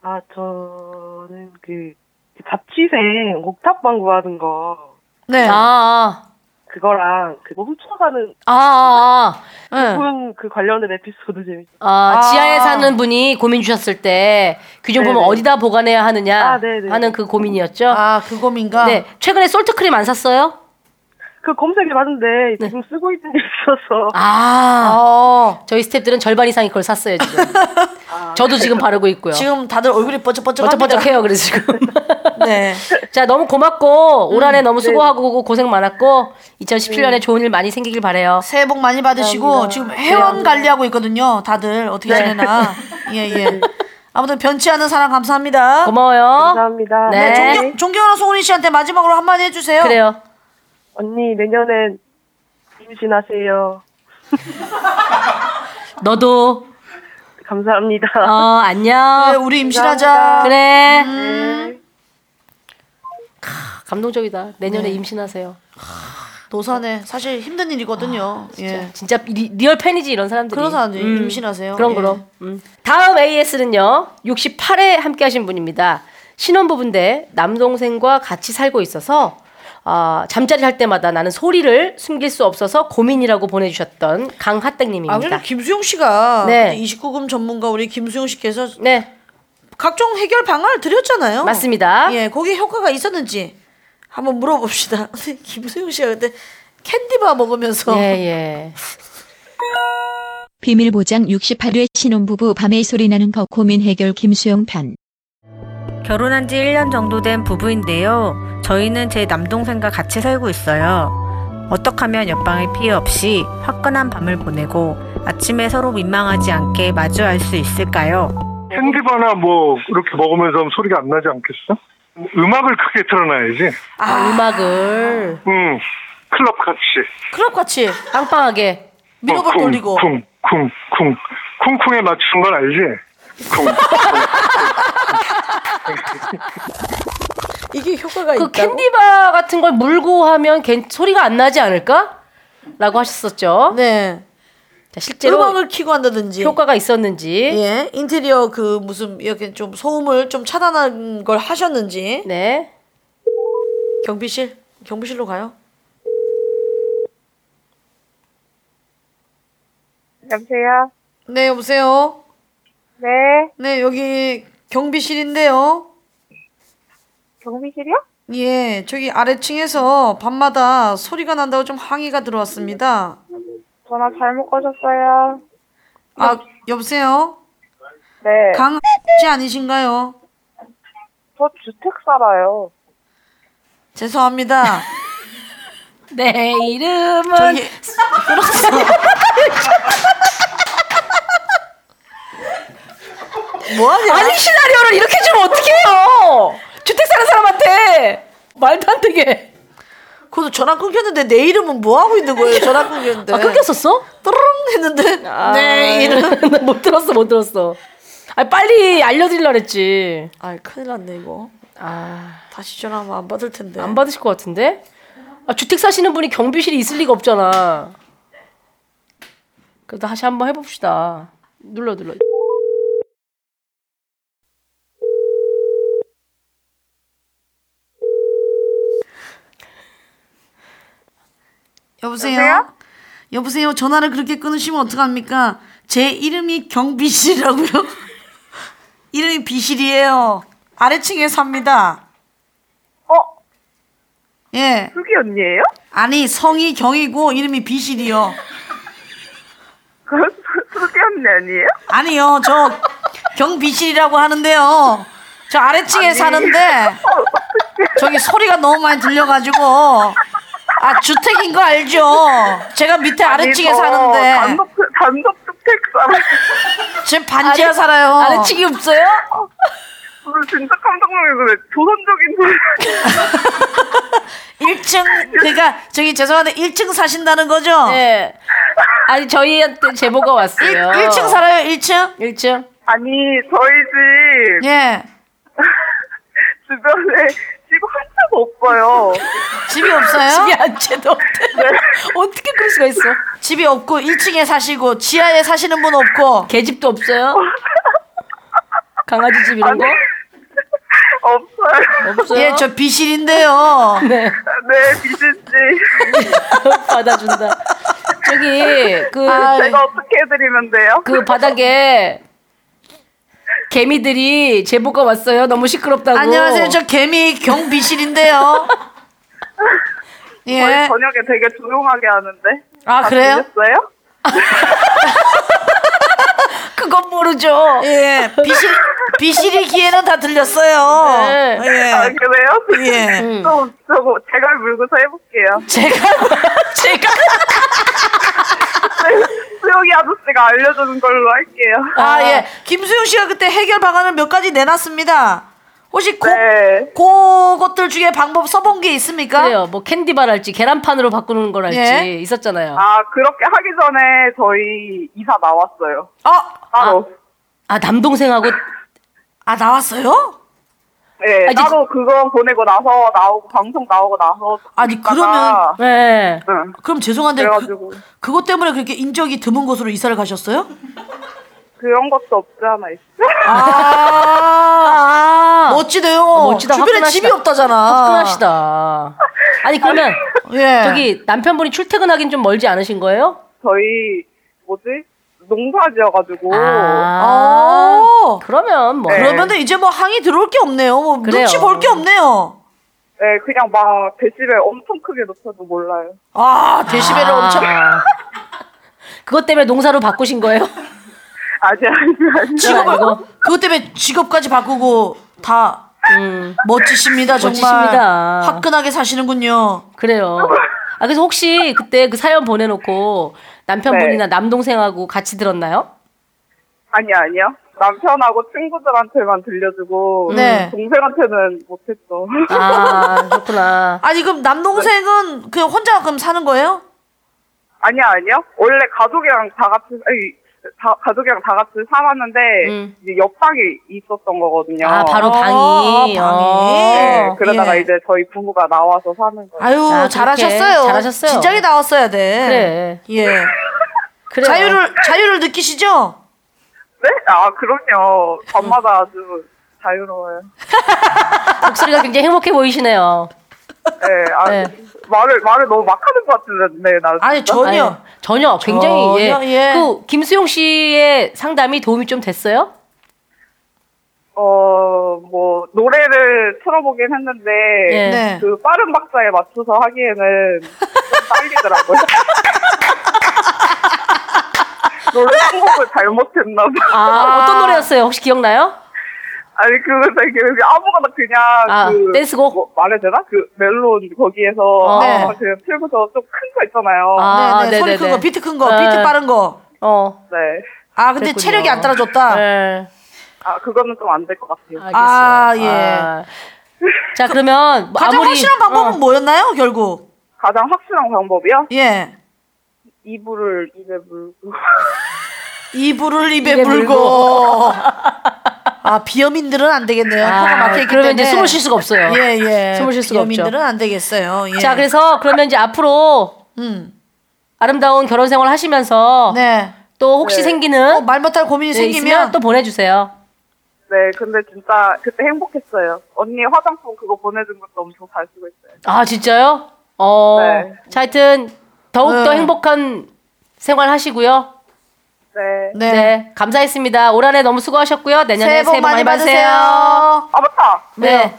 M: 아, 저는 그, 그 자취생 옥탑 방구 하는 거,
D: 네.
C: 아,
M: 그거랑 그거 훔쳐가는
C: 아, 아, 아,
D: 네.
M: 부분 그 관련된 에피소드 재밌어요.
C: 아, 아, 지하에 사는 분이 고민 주셨을 때 규정 보면
M: 네네.
C: 어디다 보관해야 하느냐
M: 아, 네네.
C: 하는 그 고민이었죠.
D: 아, 그거민가?
C: 네, 최근에 솔트 크림 안 샀어요?
M: 그 검색해봤는데 지금 쓰고 있는 게 있어서.
C: 네. 아,
D: 어.
C: 저희 스태프들은 절반 이상이 그걸 샀어요 지금. 저도 지금 바르고 있고요.
D: 지금 다들 얼굴이 뻐쩍뻐쩍합니다.
C: 번쩍번쩍해요 그래서 지금.
D: 네.
C: [LAUGHS] 자 너무 고맙고 올 한해 너무 수고하고 고생 많았고 2017년에 좋은 일 많이 생기길 바래요.
D: 새해 복 많이 받으시고 지금 회원
C: 네.
D: 관리하고 있거든요. 다들 어떻게 지내나. 예,
C: [LAUGHS]
D: 예. 아무튼 변치 않은 사랑 감사합니다.
C: 고마워요.
M: 감사합니다.
C: 네.
D: 네, 존경, 존경하는 송은희 씨한테 마지막으로 한마디 해주세요.
C: 그래요.
M: 언니, 내년엔 임신하세요.
C: 너도
M: 감사합니다.
C: 어
D: 그래,
C: 안녕.
D: 네, 우리 음. 임신하자.
C: 그래. 캬, 감동적이다. 내년에
D: 네.
C: 임신하세요.
D: 노산에 사실 힘든 일이거든요. 예.
C: 아, 진짜 리, 얼 팬이지 이런 사람들이.
D: 그런 사람들이
C: 음.
D: 임신하세요.
C: 그럼
D: 예.
C: 그럼. 음. 다음 AS는요. 68회 함께 하신 분입니다. 신혼부부인데 남동생과 같이 살고 있어서 아, 잠자리 할 때마다 나는 소리를 숨길 수 없어서 고민이라고 보내주셨던
D: 아,
C: 강하땡님입니다.
D: 그래도 김수용 씨가
C: 네.
D: 우리 29금 전문가 우리 김수용 씨께서
C: 네.
D: 각종 해결 방안을 드렸잖아요.
C: 맞습니다.
D: 예, 거기에 효과가 있었는지 한번 물어봅시다. [LAUGHS] 근데 김소영 씨가 그때 캔디바 먹으면서
P: 예, 비밀보장 68회 신혼부부 밤에 소리나는 거 고민 해결 김수영 편.
Q: 결혼한 지 1년 정도 된 부부인데요. 저희는 제 남동생과 같이 살고 있어요. 어떻게 하면 옆방의 피해 없이 화끈한 밤을 보내고 아침에 서로 민망하지 않게 마주할 수 있을까요?
E: 캔디바나 뭐 이렇게 먹으면서 소리가 안 나지 않겠어? 음악을 크게 틀어놔야지.
C: 음악을.
E: 응. 클럽 같이.
D: 클럽 같이
C: 빵빵하게
D: 미러볼 돌리고.
E: 쿵쿵쿵 쿵쿵에 맞추는 건 알지? 쿵.
D: [LAUGHS] 이게 효과가
C: 그 캔디바 같은 걸 물고 하면 괜- 소리가 안 나지 않을까? 라고 하셨었죠.
D: 네.
C: 자, 실제로
D: 음악을 키고 한다든지
C: 효과가 있었는지.
D: 예, 인테리어 그 무슨 이렇게 좀 소음을 좀 차단한 걸 하셨는지.
C: 네.
D: 경비실, 경비실로 가요.
M: 여보세요?
D: 네, 여보세요.
M: 네.
D: 네, 여기 경비실인데요.
M: 경비실이요?
D: 예, 저기 아래층에서 밤마다 소리가 난다고 좀 항의가 들어왔습니다.
M: 전화 잘못 거셨어요.
D: 아, 여보세요.
M: 네.
D: 강 씨 아니신가요?
M: 저 주택 살아요.
D: 죄송합니다.
C: 내 이름은
D: 저기 [LAUGHS] 뭐하냐?
C: 아니 시나리오를 이렇게 주면 어떡해요? 주택 사는 사람한테 말도 안 되게.
D: 그래도 전화 끊겼는데 내 이름은 뭐 하고 있는 거예요? 전화 끊겼는데. 아,
C: 아, 끊겼었어? 아,
D: 또르릉 했는데 네. 내 이름.
C: [LAUGHS] 못 들었어 못 들었어. 아 빨리 알려드리려 그랬지.
D: 아 큰일 났네 이거.
C: 아
D: 다시 전화하면 안 받을 텐데.
C: 안 받으실 것 같은데? 아, 주택 사시는 분이 경비실이 있을 리가 없잖아. 그래도 다시 한번 해봅시다. 눌러 눌러.
D: 여보세요? 여보세요? 전화를 그렇게 끊으시면 어떡합니까? 제 이름이 경비실이라고요? [LAUGHS] 이름이 비실이에요. 아래층에 삽니다.
M: 어?
D: 예.
M: 수기 언니예요? [LAUGHS]
D: 아니, 성이 경이고 이름이 비실이요.
M: 수기 언니 아니에요?
D: 아니요, 저 경비실이라고 하는데요. 저 아래층에
M: 아니.
D: 사는데 저기 소리가 너무 많이 들려가지고 아 주택인 거 알죠? 제가 밑에 아래층에
C: 뭐,
M: 아니, 저
D: 사는데
M: 단독 단독 주택 살아요.
D: 지금 반지하 살아요.
C: 아래층이 없어요?
M: 오늘 진짜 깜짝 놀랐어요. 조선적인 소리.
D: 1층 그러니까 저기 죄송한데 1층 사신다는 거죠?
C: 네. 아니 저희한테 제보가 왔어요.
D: 1층 살아요 1층?
C: 1층.
M: 아니 저희 집
D: 예.
M: 주변에 집 한 채도 없어요.
D: 집이 없어요?
C: 집이 안 채도 없대.
D: 네.
C: 어떻게 그럴 수가 있어?
D: 집이 없고 1층에 사시고 지하에 사시는 분 없고
C: 개집도 없어요? 강아지 집 이런 거?
M: 없어요. [LAUGHS]
C: 없어요?
D: 예, 저 비실인데요.
C: 네.
M: 네 비실지.
C: 받아준다. 저기 그
D: 아,
M: 제가 어떻게 해드리면 돼요?
C: 그 바닥에 개미들이 제보가 왔어요. 너무 시끄럽다고.
D: 안녕하세요. 저 개미
M: [LAUGHS]
D: 경비실인데요.
M: 저희
D: 예.
M: 저녁에 되게 조용하게 하는데.
D: 아,
M: 다
D: 그래요?
M: 들렸어요?
C: 그건 모르죠.
D: 예. 비실 비실이 기회는 다 들렸어요.
C: 네.
M: 아
D: 예.
M: 그래요? [LAUGHS]
D: 예.
M: 저, 저거 제가 물고서 해볼게요. [LAUGHS]
C: [LAUGHS] 제가
M: 수영이 아저씨가 알려주는 걸로 할게요.
D: 아, 예. 김수영 씨가 그때 해결 방안을 몇 가지 내놨습니다. 혹시 고,
M: 네.
D: 그것들 중에 방법 써본 게 있습니까?
C: 그래요. 뭐 캔디바 할지 계란판으로 바꾸는 걸 할지
D: 예.
C: 있었잖아요.
M: 아 그렇게 하기 전에 저희 이사 나왔어요.
D: 아,
M: 따로.
C: 아 남동생하고
D: 아 나왔어요?
M: 예,
C: 아, 이제-
M: 따로 그거 보내고 나서 나오고 방송 나오고 나서
D: 아니,
M: 있다가-
C: 네.
M: 응.
D: 그럼 죄송한데
M: 그래가지고
D: 그, 것 때문에 그렇게 인적이 드문 곳으로 이사를 가셨어요?
M: 그... 런 것도 없지 않아 있어. [LAUGHS]
D: 아, 멋지대요.
C: 어, 멋지다.
D: 주변에
C: 뭐, 화끈하시다.
D: 집이 없다잖아.
C: 화끈하시다. 아니 네. 그러면
D: 예.
C: 저기 남편분이 출퇴근하긴 좀 멀지 않으신 거예요?
M: 저희 뭐지 농사지어가지고.
D: 아,
C: 그러면
M: 뭐.
D: 그러면은 이제 뭐 항이 들어올 게 없네요. 뭐
M: 그래요.
D: 눈치 볼 게 없네요.
M: 네, 그냥 막 데시벨 엄청 크게 높여도 몰라요.
D: 아,
C: 데시벨을 엄청. 그것 때문에 농사로 바꾸신 거예요?
M: 아니
D: [LAUGHS]
M: 아니
D: 직업을 그것 때문에 직업까지 바꾸고 다 멋지십니다 정말
C: 음. 멋지십니다.
D: 화끈하게 사시는군요.
C: [LAUGHS] 그래요. 아 그래서 혹시 그때 그 사연 보내놓고 남편분이나 남동생하고 같이 들었나요?
M: 아니 아니요. 남편하고 친구들한테만 들려주고
D: 네.
M: 동생한테는 [LAUGHS] 못했죠.
C: 아 그렇구나.
D: 아니 그럼 남동생은 그냥 혼자 그럼 사는 거예요?
M: 아니요 아니요. 원래 가족이랑 다 같이 아니, 다- 가족이랑 다 같이 살았는데 이제 옆 방이 있었던 거거든요.
C: 음. 아, 바로
D: 어,
C: 방이. 아, 방이.
M: 네, 그러다가
C: 예.
M: 이제 저희 부부가 나와서 사는 거예요.
D: 아유
C: 아,
D: 잘하셨어요.
C: 그렇게 잘하셨어요.
D: 진작에 나왔어야 돼. 그래. 예. 자유를 자유를 느끼시죠?
M: 네? 아 그럼요. 밤마다 아주 자유로워요.
C: 목소리가 굉장히 행복해 보이시네요.
M: 네, 아, 말을 말을 너무 막 하는 것 같은데 나.
C: 아니 전혀 굉장히 예.
M: 전혀, 예.
C: 그 김수영 씨의 상담이 도움이 좀 됐어요?
M: 어, 뭐, 노래를 틀어보긴 했는데,
C: 예. 네.
M: 그 빠른 박자에 맞춰서 하기에는 좀
C: [LAUGHS]
M: 딸리더라고요. 노래 선곡을 잘못했나봐.
C: 아, 어떤 노래였어요? 혹시 기억나요?
M: 아니, 그거 되게 아무거나 그냥.
C: 아,
M: 그,
C: 댄스곡?
M: 뭐 말해야 되나? 그 멜론 거기에서.
C: 어.
M: 아무거나 그냥 틀고서 좀 큰 거 있잖아요.
D: 아, 네네, 소리 큰 거, 비트 큰 거,
C: 네.
D: 비트 빠른 거.
C: 어.
M: 네.
D: 아 근데
M: 그랬군요.
D: 체력이 안 따라줬다.
C: 네,
M: 아, 그거는 좀 안 될 것 같아요.
D: 아 예. 뭐
C: 자 그러면 뭐
D: 가장
C: 아무리-
D: 확실한 방법은
C: 어.
D: 뭐였나요 결국?
M: 가장 확실한 방법이요?
D: 예.
M: 이불을 입에 물고. [LAUGHS]
D: 이불을 입에,
M: 입에
D: 물고.
M: 물고.
D: [LAUGHS] 아 비염인들은 안 되겠네요.
C: 아,
D: 코가 막혀있기
C: 그러면 이제
D: 때문에.
C: 숨을 쉴 수가 없어요.
D: 예 예.
C: 숨을 쉴 수가 없죠.
D: 비염인들은 안 되겠어요. 예. 음.
C: 자 그래서 그러면 이제 앞으로 아름다운 결혼 생활 하시면서 또 혹시
M: 네.
C: 생기는
D: 말 못할 고민이
C: 네, 있으면
D: 네. 어, 생기면
C: 또 보내주세요.
M: 네, 근데 진짜 그때 행복했어요. 언니 화장품 그거 보내준 것도 엄청 잘 쓰고 있어요.
C: 아 진짜요? 어.
M: 네.
C: 자 하여튼 더욱 더
M: 네.
C: 행복한 생활 하시고요.
M: 네.
C: 네. 감사했습니다. 올 한해 너무 수고하셨고요. 내년에
M: 새해 복 많이 받으세요. 아 맞다.
C: 네.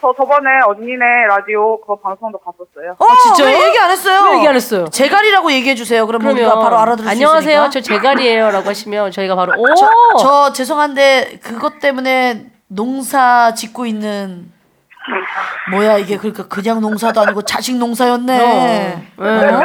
M: 저 저번에 언니네 라디오 그거 방송도 봤었어요.
D: 어, 왜 얘기 안 했어요?
C: 아, 왜 얘기 안 했어요?
D: 제갈이라고 얘기해 주세요. 그럼
C: 그러면
D: 우리가 바로 알아들을
C: 안녕하세요.
D: 수
C: 저
D: 있으니까.
C: 제갈이에요라고 하시면 저희가 바로 오.
D: 저, 저 죄송한데 그것 때문에 농사 짓고 있는 뭐야 이게 그러니까 그냥 농사도 아니고 자식 농사였네.
C: 어. 어.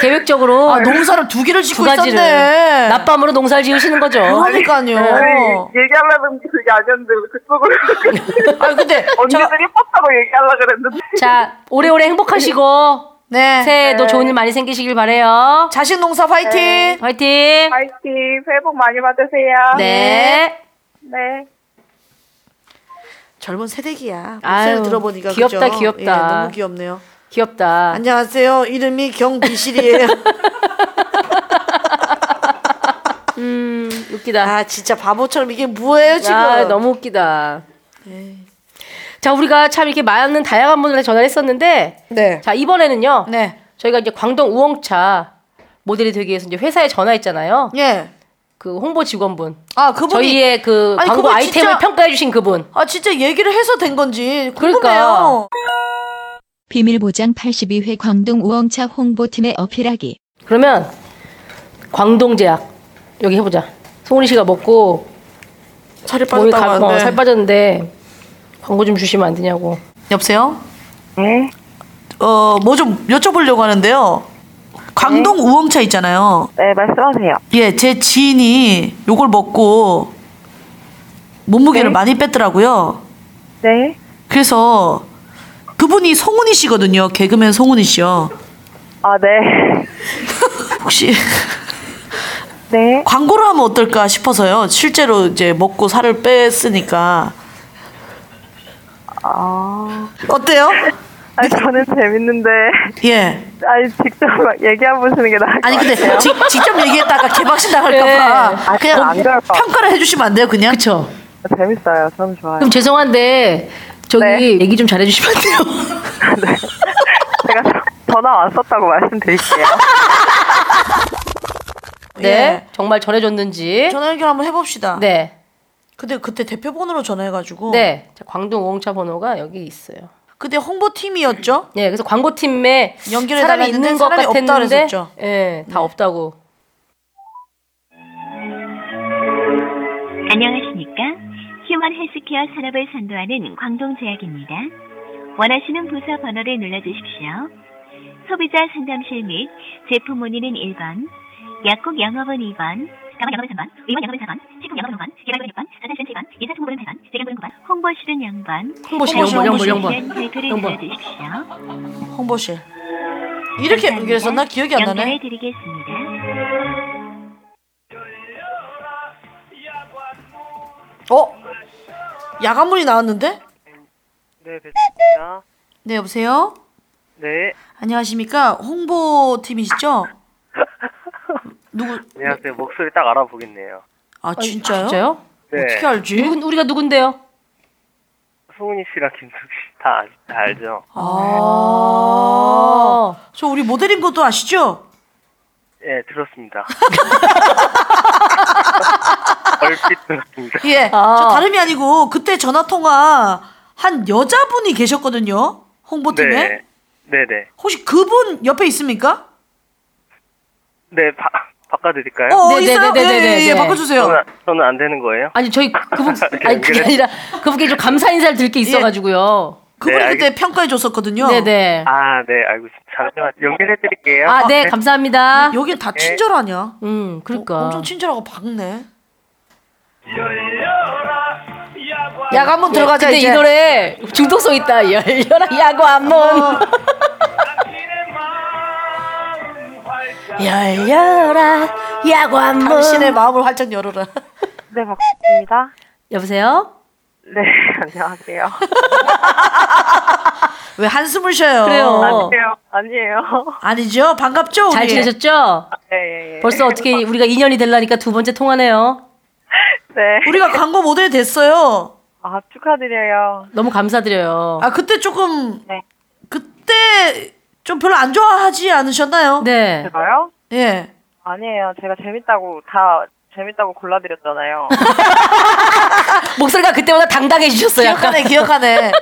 C: 계획적으로
D: 아, 농사를 두 개를 짓고
C: 두 가지를.
D: 있었네.
C: 낮밤으로 농사를 지으시는 거죠.
D: 그러니까요.
M: 네, 얘기하려던 게 그게 아니었는데
R: [LAUGHS]
M: 그쪽으로.
D: 아 근데
M: 언니들 예뻤다고 얘기하려
R: [LAUGHS]
M: 그랬는데.
C: 자, 오래오래 행복하시고
D: 네.
C: 새해에도
M: 네.
C: 좋은 일 많이 생기시길 바래요.
D: 자식 농사 화이팅!
M: 네.
C: 화이팅!
M: 파이팅 새해 복 많이 받으세요.
C: 네.
M: 네.
D: 젊은 새댁이야.
C: 아유,
D: 목소리 들어보니까
C: 귀엽다,
D: 그죠?
C: 귀엽다. 아.
D: 예, 너무 귀엽네요.
C: 귀엽다.
D: 안녕하세요. 이름이
C: [LAUGHS]
D: 경비실이에요.
C: 음, 웃기다.
D: 아, 진짜 바보처럼 이게 뭐예요, 지금?
C: 아, 너무 웃기다. 네. 자, 우리가 참 이렇게 많은 다양한 분들한테 전화를 했었는데
D: 네.
C: 자, 이번에는요.
D: 네.
C: 저희가 이제 광동 우엉차 모델이 되기 위해서 이제 회사에 전화했잖아요.
D: 예.
C: 그 홍보 직원분.
D: 아, 그분이-
C: 저희의 그
D: 아니,
C: 광고
D: 그분
C: 아이템을
D: 진짜-
C: 평가해 주신 그분.
D: 아, 진짜 얘기를 해서 된 건지 궁금해요.
C: 그러니까.
R: 비밀보장 82회 광동 우엉차 홍보팀의 어필하기.
C: 그러면 광동제약 여기 해보자. 송은이 씨가 먹고
D: 살이
C: 몸이
D: 빠졌다고
C: 가- 어,
D: 하는데.
C: 살 빠졌는데 광고 좀 주시면 안 되냐고.
D: 여보세요? 네. 어, 뭐 좀 여쭤보려고 하는데요.
C: 네.
D: 광동 우엉차 있잖아요.
S: 네, 말씀하세요.
D: 예, 제 지인이 요걸 먹고 몸무게를
S: 네.
D: 많이 뺐더라고요.
S: 네.
D: 그래서 그분이 송은이 씨거든요. 개그맨 송은이 씨요.
S: 아, 네.
D: 혹시 [LAUGHS]
S: 네.
D: 광고를 하면 어떨까 싶어서요. 실제로 이제 먹고 살을 뺐으니까
S: 아.
D: 어때요?
S: 아니, 저는 재밌는데.
D: 예.
S: 아니, 직접 막 얘기해보시는 게 나을 것
D: 아니 근데
S: 같아요.
D: 지, 직접 얘기했다가 개박신 당할까봐
S: 아,
D: 그냥
S: 그냥 안 그럴 거.
D: 평가를 해주시면 안 돼요, 그냥?
C: 그쵸.
S: 재밌어요. 저는 좋아요.
C: 그럼 죄송한데 저기
D: 네.
C: 얘기 좀 잘해주시면 안 돼요?
S: 제가 전화 왔었다고 말씀드릴게요.
D: 예.
C: 때 정말 전해줬는지
D: 전화 연결 한번 해봅시다.
C: 네.
D: 근데 그때 대표 번호로 전화해가지고.
C: 네. 자, 광동 오홍차 번호가 여기 있어요.
D: 그때 홍보팀이었죠?
C: 네, 그래서 광고팀에
D: 연결해
C: 사람이
D: 달라는데
C: 있는 것
D: 사람이 없다
C: 같았는데,
D: 그랬었죠. 네.
C: 예, 다 없다고.
T: 안녕하십니까? 휴먼 헬스케어 산업을 선도하는 광동제약입니다. 원하시는 부서 번호를 눌러주십시오. 소비자 상담실 및 제품 문의는 1번, 약국 영업은 2번, 가방 영업은 3번, 의원 영업은 4번, 식품 영업은 5번, 개발은 6번, 자산실은 7번, 인사정보는 8번, 재경보는 9번, 홍보실은 0번,
D: 홍보실 영번, 영번, 영번.
T: 댓글을
D: 영번.
T: 눌러주십시오.
D: 홍보실. 이렇게 연결했었나? 기억이 안 나네.
T: 연결해드리겠습니다.
D: 어? 야간문이 나왔는데?
U: 네, 배치입니다.
D: 네, 여보세요?
U: 네,
D: 안녕하십니까? 홍보팀이시죠? 누구?
U: 안녕하세요. 목소리 딱 알아보겠네요.
D: 아, 진짜요?
C: 진짜요?
U: 네.
D: 어떻게 알지?
C: 우리가 누군데요?
U: 송은이 씨랑 김숙 씨다 다 알죠?
C: 어.
D: 아. 저 우리 모델인 것도 아시죠?
U: 예, 들었습니다. [LAUGHS] 얼핏 들었습니다.
D: 예.
C: 아.
D: 저 다름이 아니고 그때 전화 통화 한 여자분이 계셨거든요. 홍보팀에.
U: 네, 네, 네.
D: 혹시 그분 옆에 있습니까?
U: 네, 바, 바꿔드릴까요?
D: 어, 네, 있어요? 네, 네, 네, 네, 예, 예, 예, 네. 바꿔주세요.
U: 저는,
M: 어.
U: 저는 안 되는 거예요?
C: 아니 저희 그분 아니 그게
U: 연결해-
C: 아니라 그분께 좀 감사 인사를
D: 예.
C: 드릴 게 있어가지고요.
D: 그분이
U: 네,
D: 그때 평가해 줬었거든요.
C: 네네.
U: 아, 네, 알고 있습니다. 잠시만 연결해드릴게요.
C: 아, 네, 감사합니다.
D: 여긴
U: 네.
D: 다 친절하냐?
C: 음, 그러니까.
D: 엄청 친절하고 박네. 야간문 들어가자
C: 네, 근데
D: 이제.
C: 이 노래 중독성 있다. 열려라
D: 어.
C: 야관문. 열려라 야관문.
D: 당신의 마음을 활짝 열어라. [LAUGHS]
M: 네, 박수입니다.
C: 여보세요?
U: [LAUGHS]
M: 네, 안녕하세요.
D: 왜 한숨을 쉬어요?
U: [LAUGHS]
M: 아니에요. 아니에요.
D: 아니죠. 반갑죠.
C: 잘
D: 우리?
C: 지내셨죠?
M: 예, 예, 예.
C: 벌써 어떻게 우리가 2년이 되려니까 두 번째 통화네요.
M: 네.
D: 우리가 광고 모델 됐어요.
M: 아, 축하드려요.
C: 너무 감사드려요.
D: 아 그때 조금
M: 네.
D: 그때 좀 별로 안 좋아하지 않으셨나요?
C: 네.
M: 제가요?
D: 예.
M: 아니에요. 제가 재밌다고 다 재밌다고 골라드렸잖아요.
C: 목소리가 그때보다 당당해지셨어요.
D: 기억하네,
C: 약간. [LAUGHS]
D: 기억하네.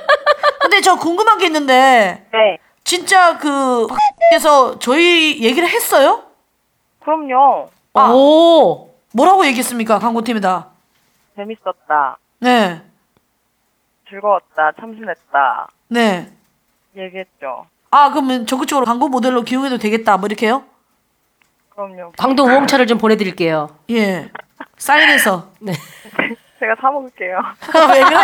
D: 근데 저 궁금한 게 있는데.
M: 네.
D: 진짜 그 박에서 저희 얘기를 했어요?
M: 그럼요.
C: 어.
D: 아.
C: 오.
D: 뭐라고 얘기했습니까? 광고팀에다.
M: 재밌었다.
D: 네.
M: 즐거웠다. 참신했다.
D: 네.
M: 얘기했죠.
D: 아, 그러면 적극적으로 광고 모델로 기용해도 되겠다. 뭐 이렇게요?
M: 그럼요.
C: 광동 우홍차를 좀 보내드릴게요.
D: 예. 사인해서.
C: 네.
M: 제가 사 먹을게요.
D: [LAUGHS] 왜 그래?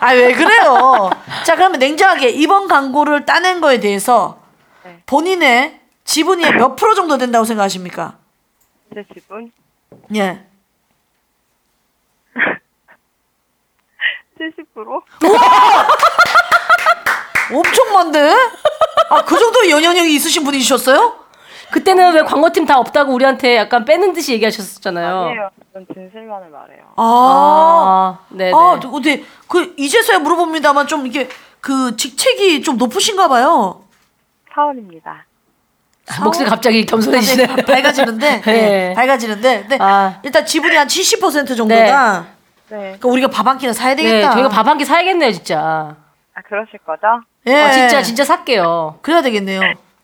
D: 아, 왜 그래요? 자, 그러면 냉정하게 이번 광고를 따낸 거에 대해서
C: 네.
D: 본인의 지분이 몇 프로 정도 된다고 생각하십니까?
M: 제 지분
D: 예.
M: 70%?
D: 엄청 많네? 아, 그 정도 연연형이 있으신 분이셨어요?
C: 그때는 왜 광고팀 다 없다고 우리한테 약간 빼는 듯이 얘기하셨었잖아요.
M: 아니에요. 전 진실만을 말해요.
D: 아,
C: 아, 네네.
D: 아, 근데 그 이제서야 물어봅니다만 좀 이게 그 직책이 좀 높으신가 봐요.
M: 사원입니다.
C: 아, 목소리 갑자기 겸손해지네.
D: 갑자기 밝아지는데,
C: [LAUGHS] 네.
D: 네, 밝아지는데, 근데 일단 지분이 한 70% 정도다.
M: 네.
D: 그러니까 우리가 밥 한 끼는 사야 되겠다.
C: 네, 저희가 밥 한 끼 사야겠네요, 진짜.
M: 아, 그러실 거죠?
D: 예.
C: 아, 진짜 진짜 살게요.
D: 그래야 되겠네요.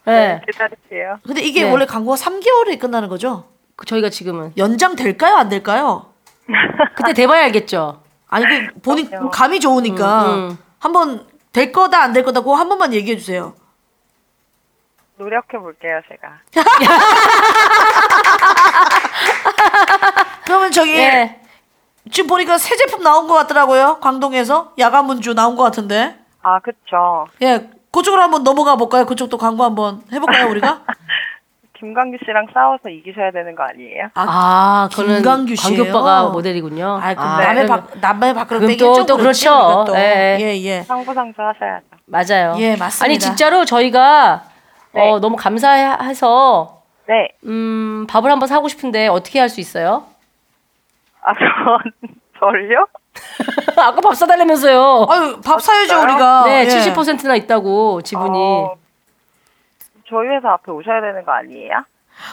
C: 네.
M: 기다릴게요.
D: 근데 이게
C: 네.
D: 원래 광고가 3개월에 끝나는 거죠?
C: 그 저희가 지금은
D: 연장 될까요, 안 될까요?
C: 그때 돼봐야 알겠죠.
D: 아니 그 본인 감이 좋으니까
C: 음, 음.
D: 한번 될 거다 안 될 거다 그한 번만 얘기해 주세요.
M: 노력해 볼게요, 제가.
D: 그러면 저기
C: 네.
M: 예.
D: 지금 보니까 새 제품 나온 것 같더라고요. 광동에서 야간문주 나온 것 같은데.
M: 아, 그쵸.
D: 예, 그쪽으로 한번 넘어가 볼까요? 그쪽도 광고 한번 해볼까요 우리가?
M: 김광규 씨랑 싸워서 이기셔야 되는 거 아니에요?
C: 아, 그거는
D: 김광규 씨예요?
C: 광교빠가 모델이군요.
D: 아,
C: [LAUGHS]
D: 그럼
C: 아,
D: 남의
C: 그러면-
D: 박 남의 밖으로
C: 그럼
D: 빼기
C: 또-
D: 좀
C: 또
D: 그렇지,
C: 그렇죠.
D: 우리가 또.
C: 예, 예.
D: 예, 예.
M: 상부상조 하셔야죠.
C: 맞아요.
D: 예, 맞습니다. 네.
C: 아니 진짜로 저희가 어, 너무 감사해서
M: 네.
C: 음, 밥을 한번 사고 싶은데 어떻게 할 수 있어요? [LAUGHS]
M: 아, [LAUGHS] 저, 저를요?
C: 아까 밥 사달라면서요.
D: 아유, 아. 밥
M: 사야죠, 우리가.
C: 네,
M: 예.
C: 70%나 있다고 지분이.
M: 어, 저희 회사 앞에 오셔야 되는 거 아니에요?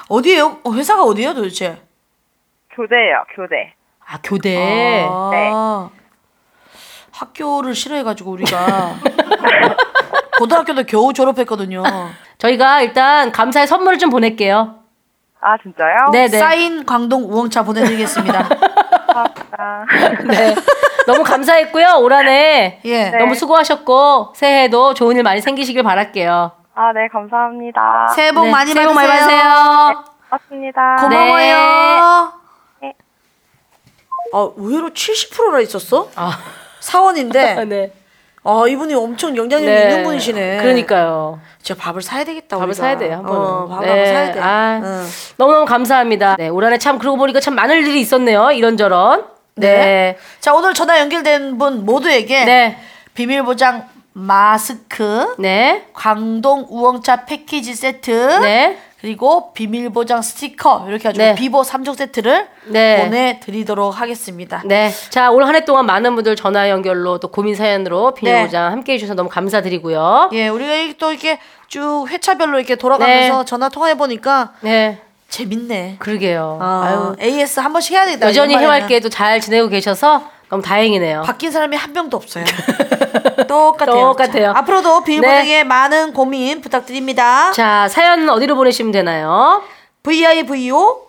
D: 어디에요? 어, 회사가 어디에요 도대체?
V: 교대예요, 교대.
C: 아 교대.
D: 아, 학교를 싫어해가지고 우리가 [LAUGHS] 고등학교도 겨우 졸업했거든요.
C: 저희가 일단 감사의 선물을 좀
D: [LAUGHS]
C: 보낼게요.
V: 아 진짜요?
C: 네네.
D: 사인 광동
C: [LAUGHS]
D: 우엉차 보내드리겠습니다.
M: 아,
C: 네. 너무 감사했고요. 올 한해
D: 예.
C: 너무 수고하셨고 새해에도 좋은 일 많이 생기시길 바랄게요. 네,
V: 아, 네, 감사합니다.
D: 새해 복 많이
C: 새해 복 많이
D: 받으세요.
C: 받으세요.
V: 고맙습니다.
D: 고마워요. 아 의외로 70%나 있었어? 사원인데.
C: 아. [LAUGHS] 네.
D: 아 이분이 엄청 영향력
C: 네.
D: 있는 예. 분이시네.
C: 그러니까요.
D: 진짜 밥을 사야 되겠다.
C: 밥을
D: 우리가.
C: 사야 돼요. 한 번은.
D: 어, 밥을 한번 사야 돼.
C: 아,
D: 응.
C: 너무너무 감사합니다. 네, 올 한해 참 그러고 보니까 참 많은 일이 있었네요. 이런저런. 네.
D: 자 오늘 전화 연결된 분 모두에게 비밀 보장 마스크,
C: 네.
D: 광동 우엉차 패키지 세트, 그리고 비밀 보장 스티커 이렇게 해가지고
C: 네.
D: 비보 3종 세트를
C: 네.
D: 보내드리도록 하겠습니다.
C: 네. 자, 올 한 해 동안 많은 분들 전화 연결로 또 고민 사연으로
D: 네.
C: 비밀보장 함께 해주셔서 너무 감사드리고요.
D: 예, 우리가 이- 또 이렇게 쭉 회차별로 이렇게 돌아가면서
C: 네.
D: 전화 통화해 보니까
C: 네.
D: 재밌네.
C: 그러게요.
D: 아,
C: 아유,
D: AS 한 번씩 해야 되겠다.
C: 여전히
D: 연말에는.
C: 해맑게도 잘 지내고 계셔서 너무 다행이네요.
D: 바뀐 사람이 한
C: [LAUGHS]
D: 명도 없어요. 똑같아요.
C: 똑같아요.
D: 자, 앞으로도 비밀번호에
C: 네.
D: 많은 고민 부탁드립니다.
C: 자, 사연 어디로 보내시면 되나요?
D: vivo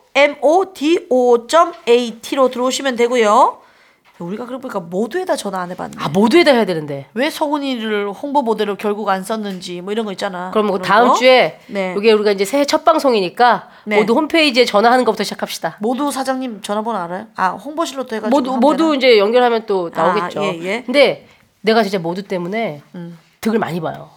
D: modo.at로 들어오시면 되고요. 우리가 그러니까 모두에다 전화 안 해봤네.
C: 아, 모두에다 해야 되는데.
D: 왜 서훈이를 홍보 모델로 결국 안 썼는지 뭐 이런 거 있잖아.
C: 그럼 뭐
D: 그런
C: 다음
D: 거.
C: 주에
D: 네.
C: 이게 우리가 이제 새해 첫 방송이니까
D: 네.
C: 모두 홈페이지에 전화하는 것부터 시작합시다.
D: 모두 사장님 전화번호 알아요? 아 홍보실로 또 해가지고
C: 모두
D: 하면
C: 모두
D: 되나?
C: 이제 연결하면 또
D: 아,
C: 나오겠죠.
D: 예, 음. 예.
C: 근데 내가 진짜 모두 때문에 득을 많이 봐요.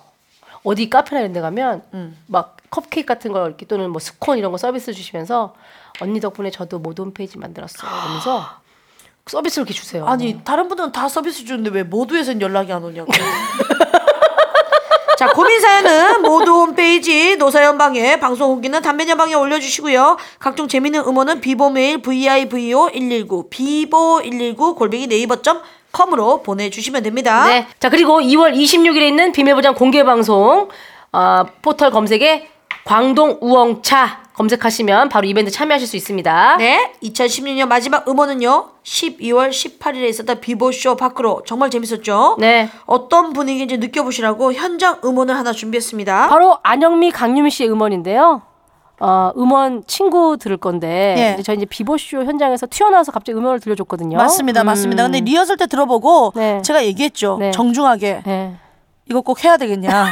C: 어디 카페나 이런 데 가면
D: 음.
C: 막 컵케이크 같은 걸 이렇게 또는 뭐 스콘 이런 거 서비스 주시면서 언니 덕분에 저도 모두 홈페이지 만들었어요.
D: [GASPS]
C: 그러면서 서비스를 이렇게 주세요. 네.
D: 아니 다른 분들은 다 서비스 주는데 왜 모두에선 연락이 안 오냐고. [LAUGHS] 자 고민 사연은 모두 홈페이지 노사연방에 방송 후기는 담배연방에 올려주시고요. 각종 재밌는 음원은 비보메일 vivo 119 비보 119 골뱅이 네이버 점 com으로 보내주시면 됩니다.
C: 네. 자 그리고 2월 26일에 있는 비밀보장 공개 방송 어, 포털 검색에 광동 우엉차 검색하시면 바로 이벤트 참여하실 수 있습니다.
D: 네, 2016년 마지막 음원은요. 12월 18일에 있었던 비보쇼 밖으로 정말 재밌었죠.
C: 네.
D: 어떤 분위기인지 느껴보시라고 현장 음원을 하나 준비했습니다.
C: 바로 안영미 강유미 씨의 음원인데요. 어, 음원 친구 들을 건데
W: 예.
C: 이제 저희 이제 비보쇼 현장에서 튀어나와서 갑자기 음원을 들려줬거든요.
W: 맞습니다,
C: 음. 네.
W: 맞습니다. 근데 리허설 때 들어보고 제가 얘기했죠. 정중하게
C: 예,
W: 이거 꼭 해야
C: [LAUGHS]
W: 되겠냐.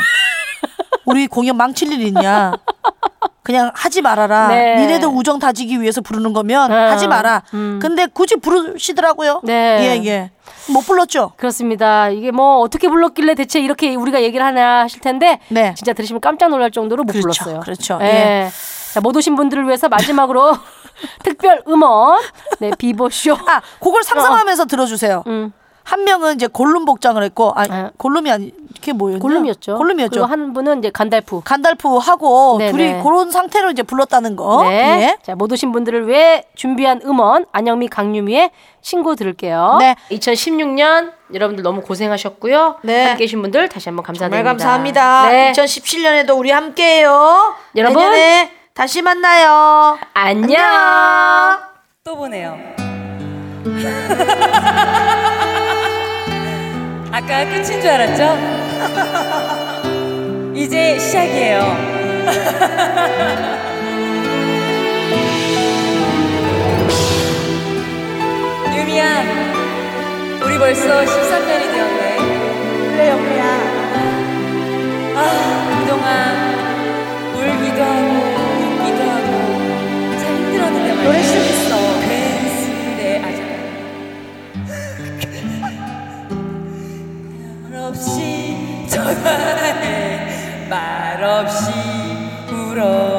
W: 우리 공연 망칠 일 있냐. 그냥 하지 말아라.
C: 네. 아.
W: 니네들 우정 다지기 위해서 부르는 거면 하지 마라. 근데 굳이 부르시더라고요.
C: 음. 네.
W: 예, 예. 못 불렀죠?
C: 그렇습니다. 이게 뭐 어떻게 불렀길래 대체 이렇게 우리가 얘기를 하냐 하실 텐데 진짜 들으시면 깜짝 놀랄 정도로 못 불렀어요.
W: 네. 그렇죠.
C: 예.
W: 예.
C: 자, 못 오신 분들을
W: [LAUGHS]
C: 위해서 마지막으로 특별 음원 네, 비보쇼.
W: 아, 그걸 상상하면서 들어주세요.
C: 음.
W: 한 명은 이제 골룸 복장을 했고, 아, 골룸이 아니, 그게 뭐였냐?
C: 골룸이었죠.
W: 골룸이었죠.
C: 그리고 한 분은 이제 간달프.
W: 간달프 하고
C: 네네.
W: 둘이 그런 상태로 이제 불렀다는
D: 어?
W: 거.
C: 네.
W: 예.
C: 자, 못 오신 분들을 위해 준비한 음원 안영미 강유미의 신고 들을게요.
W: 네.
C: 2016년 여러분들 너무 고생하셨고요. 함께 해주신 분들 다시 한번
D: 정말
C: 감사드립니다.
D: 감사합니다.
C: 네.
D: 2017년에도 우리 함께해요.
C: 여러분.
D: 내년에 다시 만나요.
C: 안녕.
M: 또 보네요. 아까 끝인 줄 알았죠? 이제 시작이에요. [LAUGHS] 유미야, 우리 벌써 13년이 되었네. 그래, 영미야. 아, 그동안 울기도 하고, 웃기도 하고, 참 힘들었는데 말이야.
X: 노래 시작했어.
M: 괜스레, 아, 잠깐. 말 없이 전화해 말 없이 울어
D: 그
M: [LAUGHS]